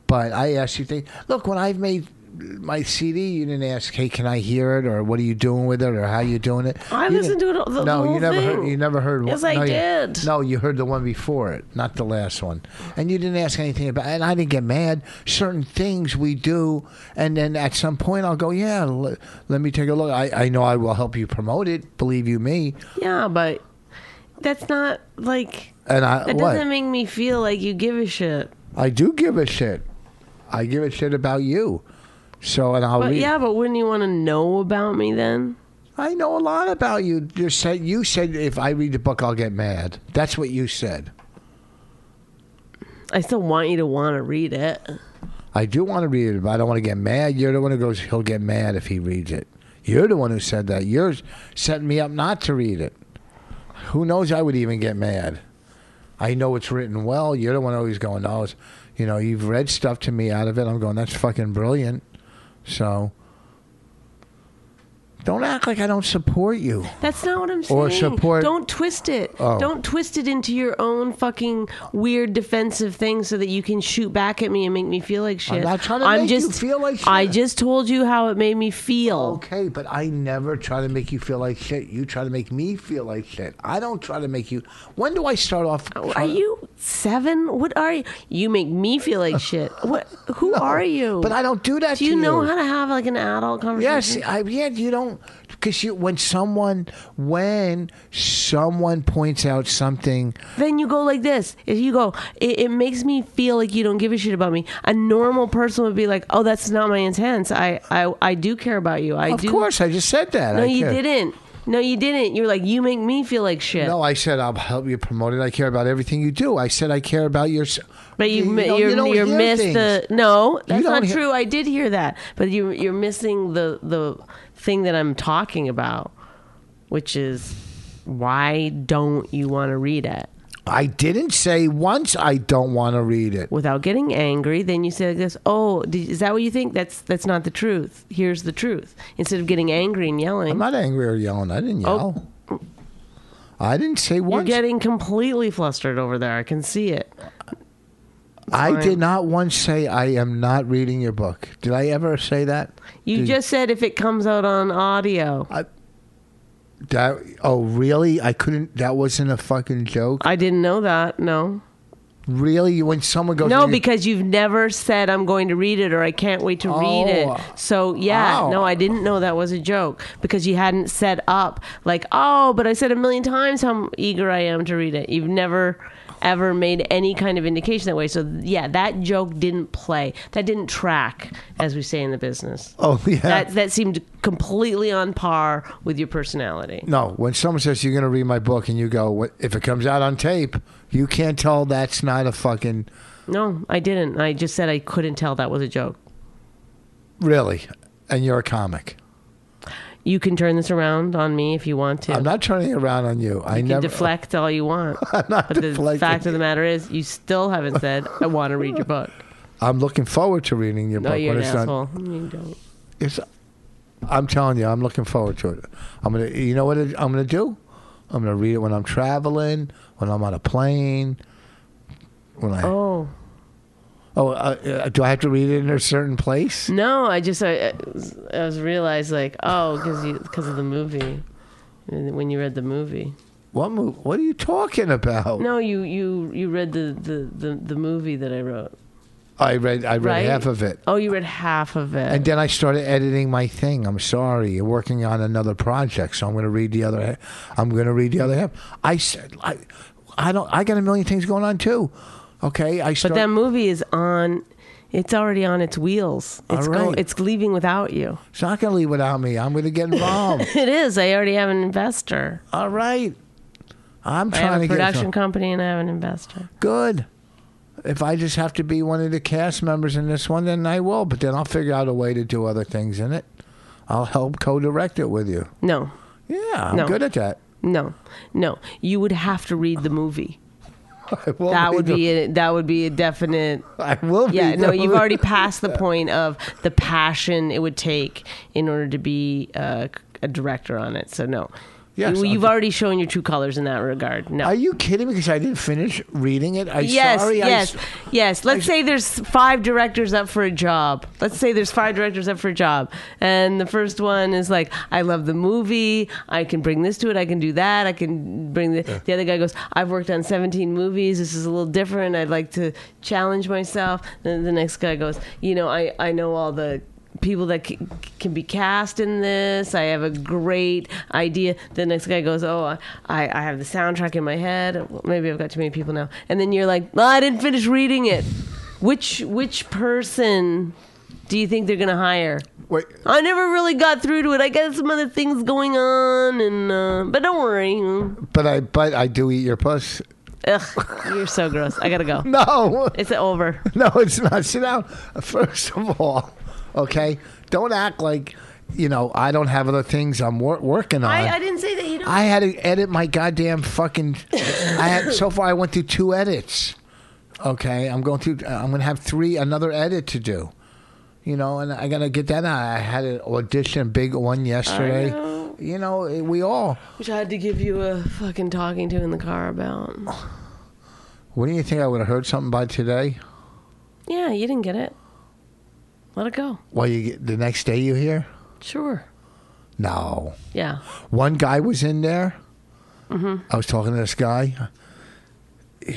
Speaker 2: but I asked you things. Look, when I've made my CD, you didn't ask, "Hey, can I hear it?" or "What are you doing with it?" or "How you doing it?"
Speaker 3: I
Speaker 2: You
Speaker 3: listened
Speaker 2: didn't-
Speaker 3: to it all- the
Speaker 2: no,
Speaker 3: whole
Speaker 2: you never heard.
Speaker 3: thing.
Speaker 2: You never heard.
Speaker 3: Yes,
Speaker 2: one.
Speaker 3: I
Speaker 2: no, you-
Speaker 3: did.
Speaker 2: no, you heard the one before it, not the last one, and you didn't ask anything about. And I didn't get mad. Certain things we do, and then at some point I'll go, "Yeah, l- let me take a look." I, I know I will help you promote it. Believe you me.
Speaker 3: Yeah, but that's not like.
Speaker 2: And I
Speaker 3: That
Speaker 2: what?
Speaker 3: doesn't make me feel like you give a shit.
Speaker 2: I do give a shit. I give a shit about you. So, and I'll
Speaker 3: But
Speaker 2: read.
Speaker 3: yeah, but wouldn't you want to know about me then?
Speaker 2: I know a lot about you. You said you said if I read the book, I'll get mad. That's what you said.
Speaker 3: I still want you to want to read it.
Speaker 2: I do want to read it, but I don't want to get mad. You're the one who goes. He'll get mad if he reads it. You're the one who said that. You're setting me up not to read it. Who knows? I would even get mad. I know it's written well. You're the one always going, oh, it's, you know, you've read stuff to me out of it. I'm going, that's fucking brilliant. So don't act like I don't support you.
Speaker 3: That's not what I'm saying.
Speaker 2: Or support-
Speaker 3: Don't twist it.
Speaker 2: Oh.
Speaker 3: Don't twist it into your own fucking weird defensive thing so that you can shoot back at me and make me feel like shit.
Speaker 2: not trying to make you feel like
Speaker 3: I
Speaker 2: shit.
Speaker 3: just told you how it made me feel.
Speaker 2: Okay, but I never try to make you feel like shit. You try to make me feel like shit. I don't try to make you. When do I start off?
Speaker 3: Are you seven? What are you? You make me feel like shit. What? Who are you?
Speaker 2: But I don't do that.
Speaker 3: Do you
Speaker 2: to
Speaker 3: know how to have like an adult conversation?
Speaker 2: Yes, I, yeah, you don't because you when someone when someone points out something,
Speaker 3: then you go like this. If you go, it, it makes me feel like you don't give a shit about me. A normal person would be like, "Oh, that's not my intent. I, I, I do care about you. I
Speaker 2: of
Speaker 3: do."
Speaker 2: course, I just said that.
Speaker 3: no,
Speaker 2: I
Speaker 3: you
Speaker 2: care.
Speaker 3: didn't. No, you didn't. You're like, you make me feel like shit.
Speaker 2: No, I said I'll help you promote it. I care about everything you do. I said I care about your. s-
Speaker 3: but you, mi-
Speaker 2: don't-
Speaker 3: you're,
Speaker 2: don't
Speaker 3: you're
Speaker 2: hear
Speaker 3: missed
Speaker 2: things.
Speaker 3: the no. That's
Speaker 2: don't
Speaker 3: not
Speaker 2: hear-
Speaker 3: true. I did hear that, but you, you're missing the the thing that I'm talking about, which is why don't you want to read it?
Speaker 2: I didn't say once I don't want to read it.
Speaker 3: without getting angry then you say like this oh did, is that what you think that's that's not the truth here's the truth instead of getting angry and
Speaker 2: I'm
Speaker 3: yelling
Speaker 2: not angry or yelling. I didn't yell. I didn't say
Speaker 3: Oh. you're
Speaker 2: once.
Speaker 3: getting completely flustered over there i can see it
Speaker 2: I
Speaker 3: fine.
Speaker 2: did not once say I am not reading your book. Did I ever say that?
Speaker 3: you
Speaker 2: Did-
Speaker 3: just said if it comes out on audio
Speaker 2: That, oh, really? I couldn't. That wasn't a fucking joke.
Speaker 3: i didn't know that no
Speaker 2: Really? When someone goes,
Speaker 3: no
Speaker 2: "You-
Speaker 3: because you've never said i'm going to read it or i can't wait to read
Speaker 2: Oh.
Speaker 3: it so yeah
Speaker 2: Ow.
Speaker 3: no i didn't know that was a joke because you hadn't set up like oh but i said a million times how eager i am to read it you've never ever made any kind of indication that way so yeah that joke didn't play that didn't track as we say in the business
Speaker 2: oh yeah,
Speaker 3: that that seemed completely on par with your personality
Speaker 2: no. When someone says you're going to read my book, and you go, "What- if it comes out on tape, you can't tell that's not a fucking
Speaker 3: no i didn't i just said i couldn't tell that was a joke
Speaker 2: really. And you're a comic.
Speaker 3: you can turn this around on me if you want to
Speaker 2: I'm not turning around on you. I
Speaker 3: You
Speaker 2: never
Speaker 3: can deflect all you want. but the
Speaker 2: deflecting.
Speaker 3: fact of the matter is, you still haven't said, I want to read your book.
Speaker 2: I'm looking forward to reading your
Speaker 3: No,
Speaker 2: book.
Speaker 3: you're
Speaker 2: when
Speaker 3: an
Speaker 2: it's done.
Speaker 3: asshole. You don't.
Speaker 2: It's, I'm telling you, I'm looking forward to it. I'm gonna, you know what it- I'm gonna do? I'm gonna read it when I'm traveling, when I'm on a plane, when I. Oh,
Speaker 3: Oh.
Speaker 2: uh, uh, do I have to read it in a certain place?
Speaker 3: No, I just, I, I was- I was realized, like, oh, because because of the movie. And When you read the movie.
Speaker 2: What move? What are you talking about?
Speaker 3: No, you, you, you read the, the, the, the movie that I wrote.
Speaker 2: I read, I read
Speaker 3: Right?
Speaker 2: half of it,
Speaker 3: Oh, you read half of it.
Speaker 2: and then I started editing my thing. I'm sorry, you're working on another project, so I'm gonna read the other. ha- I'm gonna read the other half. I said, I, I don't. I got a million things going on too. Okay, I.
Speaker 3: but
Speaker 2: Start,
Speaker 3: that movie is on. It's already on its wheels. It's
Speaker 2: All
Speaker 3: go-
Speaker 2: right.
Speaker 3: it's leaving without you.
Speaker 2: It's not going to leave without me. I'm going to get involved.
Speaker 3: It is. I already have an investor.
Speaker 2: All right. I'm
Speaker 3: I
Speaker 2: trying
Speaker 3: have a
Speaker 2: to get
Speaker 3: production
Speaker 2: some-
Speaker 3: company and I have an investor.
Speaker 2: good. If I just have to be one of the cast members in this one, then I will. But then I'll figure out a way to do other things in it. I'll help co-direct it with you.
Speaker 3: No,
Speaker 2: Yeah, I'm
Speaker 3: No.
Speaker 2: good at that.
Speaker 3: no, no. You would have to read the movie.
Speaker 2: I will
Speaker 3: That
Speaker 2: be
Speaker 3: would
Speaker 2: the-
Speaker 3: be a, that would be a definite.
Speaker 2: I will be.
Speaker 3: Yeah, no,
Speaker 2: the-
Speaker 3: you've already passed the point of the passion it would take in order to be a, a director on it. So no,
Speaker 2: Yes,
Speaker 3: you,
Speaker 2: I'm-
Speaker 3: you've already shown your true colors in that regard. No,
Speaker 2: Are you kidding me? Because I didn't finish reading it. I
Speaker 3: yes,
Speaker 2: sorry. I
Speaker 3: yes,
Speaker 2: s-
Speaker 3: yes. Let's say there's five directors up for a job. Let's say there's five directors up for a job, and the first one is like, "I love the movie. I can bring this to it. I can do that. I can bring the." The other guy goes, "I've worked on 17 movies. This is a little different. I'd like to challenge myself." Then the next guy goes, "You know, I I know all the." People that c- can be cast in this. I have a great idea. The next guy goes, "Oh, I, I have the soundtrack in my head. Well, Maybe I've got too many people now." And then you're like, "Well, I didn't finish reading it." Which which person do you think they're gonna hire?
Speaker 2: Wait.
Speaker 3: I never really got through to it. I got some other things going on, and uh, but don't worry.
Speaker 2: But I. But I do eat your puss.
Speaker 3: Ugh, you're so gross. I gotta go.
Speaker 2: No.
Speaker 3: It's over.
Speaker 2: No, it's not. Sit down. First of all, okay. Don't act like you know I don't have other things I'm wor- working on.
Speaker 3: I, I didn't say that you don't.
Speaker 2: I had to edit my goddamn fucking. I had so far. I went through two edits. Okay, I'm going through. uh, I'm going to have three another edit to do. You know, and I got to get that out. I had an audition, big one yesterday.
Speaker 3: know.
Speaker 2: You know, eh, we all.
Speaker 3: Which I had to give you a fucking talking to in the car about.
Speaker 2: What do you think I would have heard something by today?
Speaker 3: Yeah, you didn't get it. Let it go.
Speaker 2: Well, you get, the next day you hear?
Speaker 3: Sure.
Speaker 2: No.
Speaker 3: Yeah.
Speaker 2: One guy was in there.
Speaker 3: Mm-hmm.
Speaker 2: I was talking to this guy.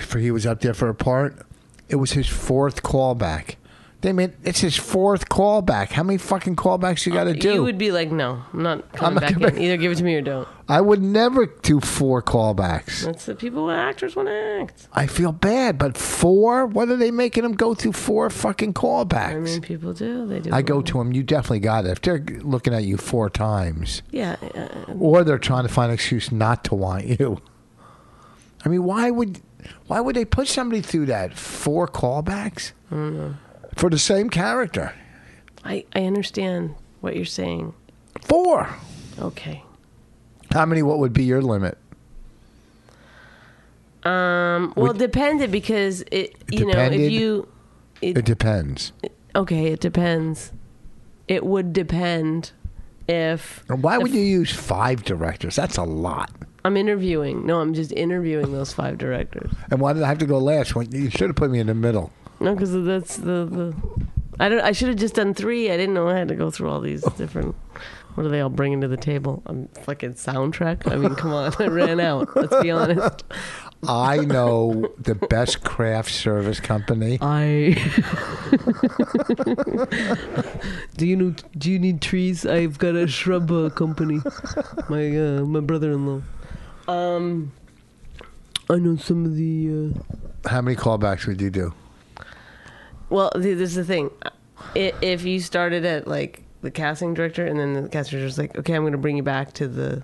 Speaker 2: For he was up there for a part. It was his fourth callback. They made it's his fourth callback. How many fucking callbacks you got to do?
Speaker 3: Uh, You would be like, no, I'm not
Speaker 2: I'm
Speaker 3: coming
Speaker 2: not
Speaker 3: back
Speaker 2: coming-
Speaker 3: in. Either give it to me or don't.
Speaker 2: I would never do four callbacks.
Speaker 3: That's the people, actors want to act.
Speaker 2: I feel bad, but four? What are they making him go through four fucking callbacks?
Speaker 3: I mean, people do. They do.
Speaker 2: I go to him. You definitely got it. If they're looking at you four times,
Speaker 3: Yeah. Uh,
Speaker 2: or they're trying to find an excuse not to want you. I mean, why would why would they put somebody through that four callbacks for the same character?
Speaker 3: I, I understand what you're saying.
Speaker 2: Four.
Speaker 3: Okay.
Speaker 2: How many? What would be your limit?
Speaker 3: Um, well, it depended because it, you know,
Speaker 2: depended?
Speaker 3: if you.
Speaker 2: It depends.
Speaker 3: Okay, it depends. It would depend if
Speaker 2: And why would you use five directors? That's a lot.
Speaker 3: I'm interviewing. No, I'm just interviewing those five directors.
Speaker 2: And why did I have to go last? When you should have put me in the middle.
Speaker 3: No, because that's the, the I don't. I should have just done three. I didn't know I had to go through all these different. What are they all bringing to the table? I'm fucking soundtrack. I mean, come on, I ran out. Let's be honest.
Speaker 2: I know the best craft service company.
Speaker 3: I. do you know? Do you need trees? I've got a shrub uh, company. My uh, my brother-in-law. Um. I know some of the. Uh,
Speaker 2: How many callbacks would you do?
Speaker 3: Well, th- this is the thing. I- If you started at like the casting director, and then the casting director's like, "Okay, I'm going to bring you back to the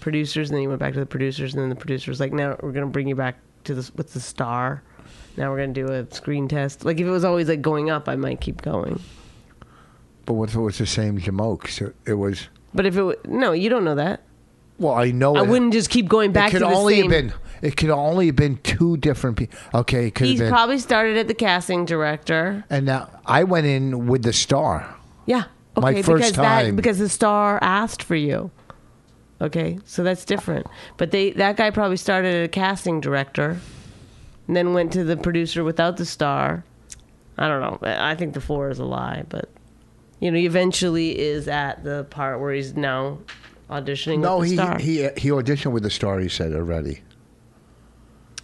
Speaker 3: producers," and then you went back to the producers, and then the producers like, "Now we're going to bring you back to this with the star." Now we're going to do a screen test. Like if it was always like going up, I might keep going.
Speaker 2: But what if it was the same jamokes? It- It was.
Speaker 3: But if it w- no, you don't know that.
Speaker 2: Well, I know.
Speaker 3: I
Speaker 2: it-
Speaker 3: wouldn't just keep going back
Speaker 2: it could
Speaker 3: to the
Speaker 2: only
Speaker 3: same.
Speaker 2: have been it could only have been two different people okay it could
Speaker 3: he
Speaker 2: have been
Speaker 3: probably started at the casting director.
Speaker 2: and now i went in with the star
Speaker 3: Yeah. Okay,
Speaker 2: My first
Speaker 3: because
Speaker 2: time.
Speaker 3: That, because the star asked for you. Okay, so that's different. But they that guy probably started at a casting director, and then went to the producer without the star. I don't know. I I think the four is a lie, but you know, he eventually is at the part where he's now auditioning.
Speaker 2: no
Speaker 3: with the
Speaker 2: he,
Speaker 3: star.
Speaker 2: he he auditioned with the star he said already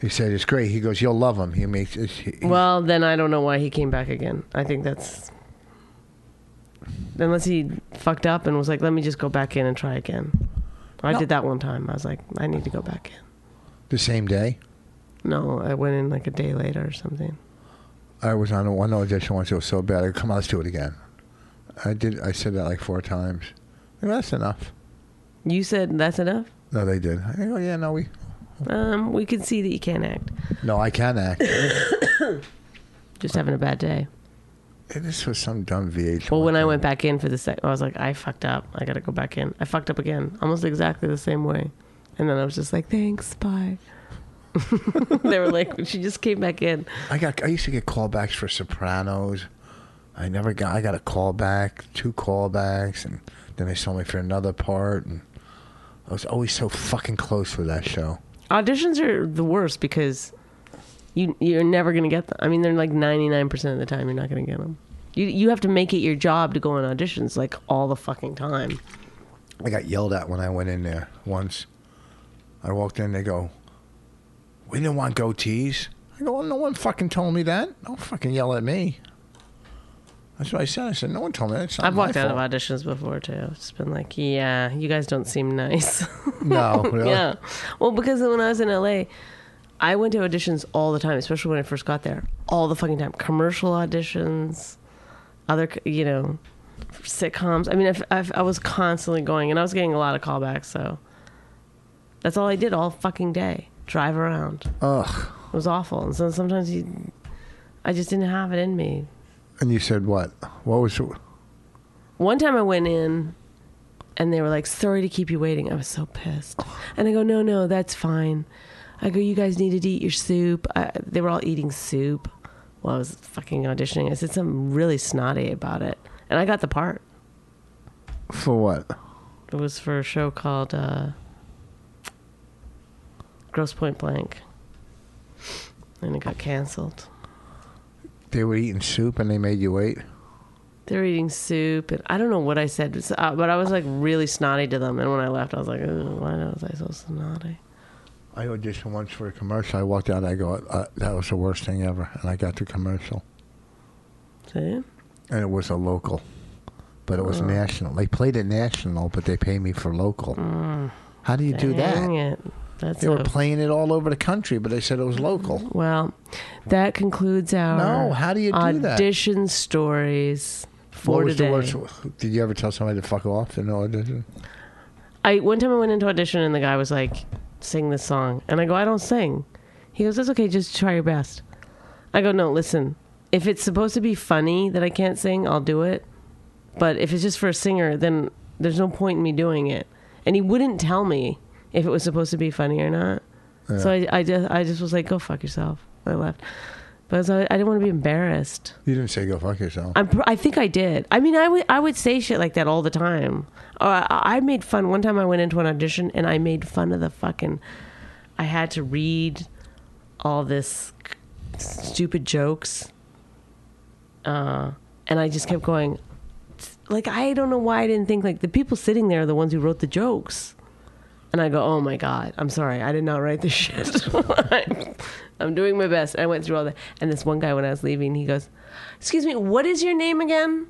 Speaker 2: he said it's great he goes you'll love him he makes it's, he,
Speaker 3: Well, then I don't know why he came back again. I think that's unless he fucked up and was like, "Let me just go back in and try again." I
Speaker 2: No.
Speaker 3: did that one time. I was like, "I need to go back in."
Speaker 2: the same day
Speaker 3: No, I went in like a day later or something.
Speaker 2: I was on one audition once. It was so bad. I go, come on, let's do it again. I did. I said that like four times. They go, That's enough.
Speaker 3: You said that's enough.
Speaker 2: No, they did. I go, yeah, no, we,
Speaker 3: Um, we can see that you can't act.
Speaker 2: no, I can act.
Speaker 3: Just having a bad day.
Speaker 2: this was some dumb VH.
Speaker 3: Well, when I went back in for the second, I was like, I fucked up. I got to go back in. I fucked up again, almost exactly the same way. And then I was just like, thanks, bye. they were like, she just came back in.
Speaker 2: I got. I used to get callbacks for Sopranos. I never got. I got a callback, two callbacks, and then they saw me for another part. And I was always so fucking close with that show.
Speaker 3: Auditions are the worst because you you're never gonna get them. I mean, they're like ninety nine percent of the time you're not gonna get them. You you have to make it your job to go on auditions like all the fucking time.
Speaker 2: I got yelled at when I went in there once. I walked in, they go, "We didn't want goatees." I go, well, "No one fucking told me that. Don't fucking yell at me." That's what I said. I said, "No one told me that." It's not
Speaker 3: I've
Speaker 2: my
Speaker 3: walked out of
Speaker 2: fault."
Speaker 3: auditions before too. It's been like, yeah, you guys don't seem nice.
Speaker 2: No, Oh, really?
Speaker 3: Yeah. Well, because when I was in LA, I went to auditions all the time, especially when I first got there. All the fucking time. Commercial auditions, other, c- you know, sitcoms. I mean, I've, I've, I was constantly going and I was getting a lot of callbacks. So that's all I did all fucking day. Drive around.
Speaker 2: Ugh.
Speaker 3: It was awful. And so sometimes you, I just didn't have it in me.
Speaker 2: And you said what? What was?
Speaker 3: One time I went in and they were like, sorry to keep you waiting. I was so pissed. And I go, no, no, that's fine. I go, you guys needed to eat your soup. I, they were all eating soup while I was fucking auditioning. I said something really snotty about it. And I got the part.
Speaker 2: For what?
Speaker 3: It was for a show called uh, Gross Point Blank. And it got canceled.
Speaker 2: They were eating soup and they made you wait.
Speaker 3: They were eating soup, and I don't know what I said, it's, uh, but I was like really snotty to them. And when I left, I was like, "Ugh, "Why was I so snotty?"
Speaker 2: I auditioned once for a commercial. I walked out. I go, uh, that was the worst thing ever. And I got the commercial,
Speaker 3: See?
Speaker 2: and it was a local, but it was
Speaker 3: Mm.
Speaker 2: national. They played it national, but they pay me for local. How do you do that?
Speaker 3: Mm. Dang it. That's
Speaker 2: They were
Speaker 3: a- Mm-hmm.
Speaker 2: playing it all over the country, but they said it was local.
Speaker 3: well. That concludes our
Speaker 2: No, how do you do that?
Speaker 3: audition stories for
Speaker 2: what was
Speaker 3: today.
Speaker 2: the worst? Did you ever tell somebody to fuck off in an audition?
Speaker 3: I one time I went into audition and the guy was like, "Sing this song," and I go, "I don't sing." He goes, "That's okay, just try your best." I go, "No, listen. If it's supposed to be funny that I can't sing, I'll do it. But if it's just for a singer, then there's no point in me doing it." And he wouldn't tell me if it was supposed to be funny or not. So I, I just, I just was like, "Go fuck yourself." I left, but I, was, I didn't want to be embarrassed.
Speaker 2: You didn't say go fuck yourself.
Speaker 3: I'm pr- I think I did. I mean, I would I would say shit like that all the time. Uh, I I made fun. One time I went into an audition and I made fun of the fucking. I had to read all this stupid jokes. Uh, and I just kept going. Like, I don't know why I didn't think, like, the people sitting there are the ones who wrote the jokes. And I go, oh my God, I'm sorry. I did not write this shit. I'm doing my best. And I went through all that. And this one guy, when I was leaving, he goes, excuse me, what is your name again?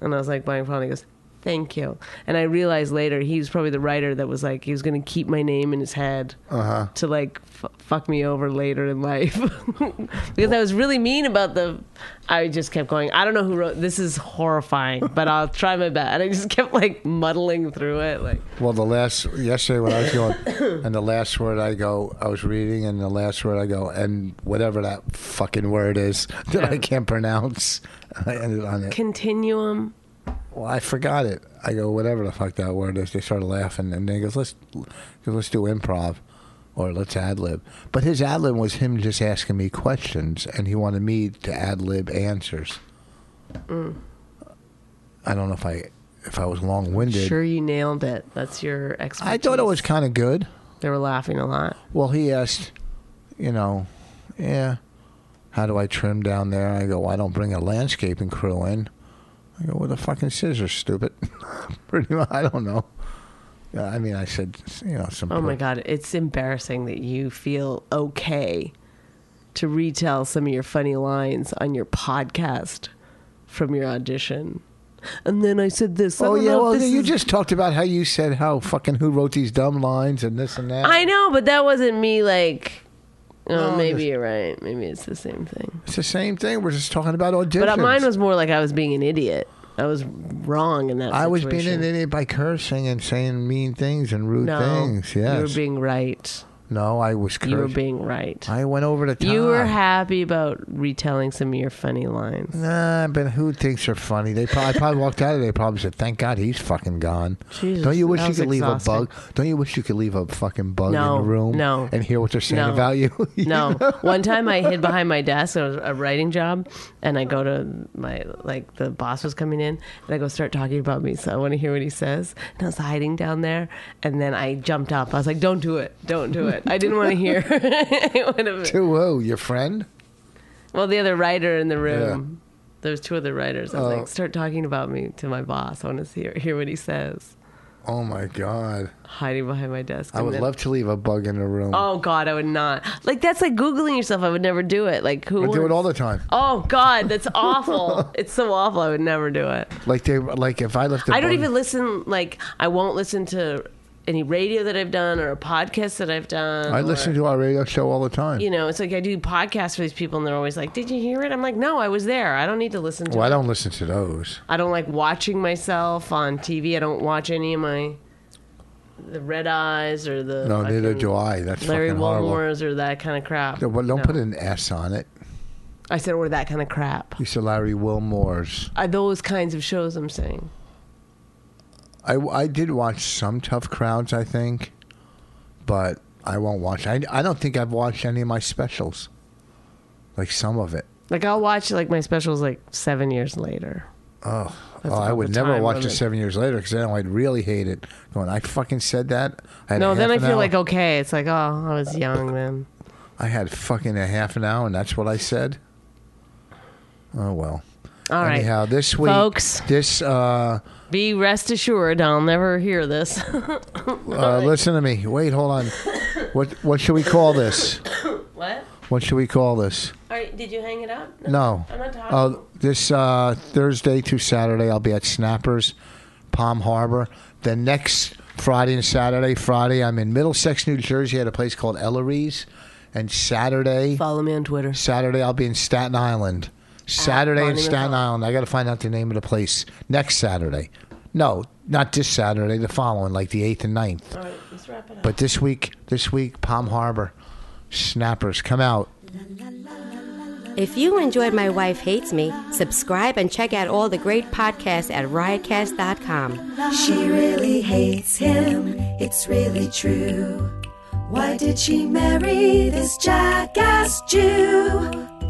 Speaker 3: And I was like, buying phone. He goes, thank you. And I realized later he was probably the writer that was like, he was going to keep my name in his head
Speaker 2: Uh-huh.
Speaker 3: to like f- fuck me over later in life. because I was really mean about the, I just kept going, I don't know who wrote, this is horrifying, but I'll try my best. And I just kept like muddling through it. Like,
Speaker 2: Well, the last yesterday when I was going, and the last word I go, I was reading, and the last word I go, and whatever that fucking word is that I
Speaker 3: Yeah.
Speaker 2: can't pronounce, I ended on it.
Speaker 3: continuum.
Speaker 2: Well, I forgot it. I go, whatever the fuck that word is. They started laughing, and they goes, let's let's do improv, or let's ad lib. But his ad lib was him just asking me questions, and he wanted me to ad lib answers.
Speaker 3: Mm.
Speaker 2: I don't know if I if I was long winded.
Speaker 3: Sure, you nailed it. That's your expertise.
Speaker 2: I thought it was kind of good.
Speaker 3: They were laughing a lot.
Speaker 2: Well, he asked, you know, yeah, how do I trim down there? I go, I don't bring a landscaping crew in. I go, with a fucking scissors, stupid. Pretty much, I don't know. Yeah, I mean, I said, you know, some.
Speaker 3: Oh my
Speaker 2: per-
Speaker 3: God, it's embarrassing that you feel okay to retell some of your funny lines on your podcast from your audition. And then I said this. I
Speaker 2: Oh
Speaker 3: don't
Speaker 2: yeah,
Speaker 3: know if
Speaker 2: well
Speaker 3: this
Speaker 2: you
Speaker 3: is-
Speaker 2: just talked about how you said how fucking who wrote these dumb lines and this and that.
Speaker 3: I know, but that wasn't me like Oh,
Speaker 2: No,
Speaker 3: maybe
Speaker 2: there's-
Speaker 3: you're right. Maybe it's the same thing.
Speaker 2: It's the same thing. We're just talking about auditions.
Speaker 3: But uh, mine was more like I was being an idiot. I was wrong in that.
Speaker 2: I was being
Speaker 3: situation.
Speaker 2: an idiot by cursing and saying mean things and rude
Speaker 3: No,
Speaker 2: things. Yes.
Speaker 3: you were being right.
Speaker 2: no, I was cursing.
Speaker 3: You were being right.
Speaker 2: I went over the top.
Speaker 3: You were happy about retelling some of your funny lines.
Speaker 2: Nah, but who thinks they're funny? They probably, I probably walked out of there. Probably said, "Thank God he's fucking gone."
Speaker 3: Jesus,
Speaker 2: Don't you wish
Speaker 3: that
Speaker 2: you
Speaker 3: was
Speaker 2: could leave a
Speaker 3: exhausting.
Speaker 2: bug? Don't you wish you could leave a fucking bug
Speaker 3: No,
Speaker 2: in the room
Speaker 3: no.
Speaker 2: and hear what they're saying
Speaker 3: No.
Speaker 2: about you?
Speaker 3: No. One time I hid behind my desk. It was a writing job, and I go to my like the boss was coming in, and I go start talking about me. So I want to hear what he says. And I was hiding down there, and then I jumped up. I was like, "Don't do it! Don't do it!" I didn't want to hear. It would've-
Speaker 2: To who? Your friend?
Speaker 3: well, the other writer in the room. There was two other writers. I was
Speaker 2: Oh.
Speaker 3: like, "Start talking about me to my boss. I want to hear hear what he says."
Speaker 2: Oh my God!
Speaker 3: Hiding behind my desk.
Speaker 2: I
Speaker 3: and
Speaker 2: would
Speaker 3: then-
Speaker 2: love to leave a bug in the room.
Speaker 3: Oh God, I would not. Like that's like googling yourself. I would never do it. Like who?
Speaker 2: I do it
Speaker 3: wants-
Speaker 2: all the time.
Speaker 3: Oh God, that's awful. it's so awful. I would never do it.
Speaker 2: Like they, like if I left. A
Speaker 3: I don't
Speaker 2: bug-
Speaker 3: even listen. Like I won't listen to any radio that I've done or a podcast that I've done.
Speaker 2: I listen to our radio show all the time.
Speaker 3: You know, it's like I do podcasts for these people, and they're always like, "Did you hear it?" I'm like, "No, I was there. I don't need to listen to."
Speaker 2: well, I
Speaker 3: it.
Speaker 2: don't listen to those.
Speaker 3: I don't like watching myself on TV. I don't watch any of my the red eyes or the
Speaker 2: No, neither
Speaker 3: fucking
Speaker 2: do I. That's
Speaker 3: Larry
Speaker 2: fucking horrible.
Speaker 3: Wilmore's or that kind of crap.
Speaker 2: Yeah, Well, don't
Speaker 3: No.
Speaker 2: put an S on it.
Speaker 3: I said or that kind of crap.
Speaker 2: You said Larry Wilmore's.
Speaker 3: Are those kinds of shows I'm saying?
Speaker 2: I, I did watch some tough crowds, I think, but I won't watch. I, I don't think I've watched any of my specials, like some of it.
Speaker 3: Like I'll watch like my specials like seven years later.
Speaker 2: Oh,
Speaker 3: That's
Speaker 2: oh I
Speaker 3: about
Speaker 2: would
Speaker 3: the
Speaker 2: never
Speaker 3: time
Speaker 2: watch
Speaker 3: limit.
Speaker 2: it seven years later because then I'd really hate it. Going, I fucking said that. I had
Speaker 3: No,
Speaker 2: half
Speaker 3: then I
Speaker 2: an
Speaker 3: feel
Speaker 2: hour-
Speaker 3: like okay. It's like oh, I was young then.
Speaker 2: I had fucking a half an hour, and that's what I said. Oh well.
Speaker 3: All right,
Speaker 2: Anyhow, this week,
Speaker 3: Folks.
Speaker 2: this uh,
Speaker 3: be rest assured, I'll never hear this.
Speaker 2: uh, listen to me. Wait, hold on. What what should we call this?
Speaker 3: what?
Speaker 2: What should we call this?
Speaker 3: All right, did you hang it up?
Speaker 2: No.
Speaker 3: I'm not talking.
Speaker 2: Oh, this uh, Thursday to Saturday, I'll be at Snappers, Palm Harbor. The next Friday and Saturday, Friday, I'm in Middlesex, New Jersey, at a place called Ellery's, and Saturday,
Speaker 3: Follow me on Twitter.
Speaker 2: Saturday, I'll be in Staten Island. Saturday in
Speaker 3: Bonnie
Speaker 2: Staten
Speaker 3: McCall.
Speaker 2: Island. I got to find out the name of the place next Saturday. No, not this Saturday. The following, like the eighth and 9th.
Speaker 3: All right, let's wrap it up.
Speaker 2: But this week, this week, Palm Harbor, Snappers, come out.
Speaker 4: If you enjoyed My Wife Hates Me, subscribe and check out all the great podcasts at riotcast.com.
Speaker 1: She really hates him, it's really true. Why did she marry this jackass Jew?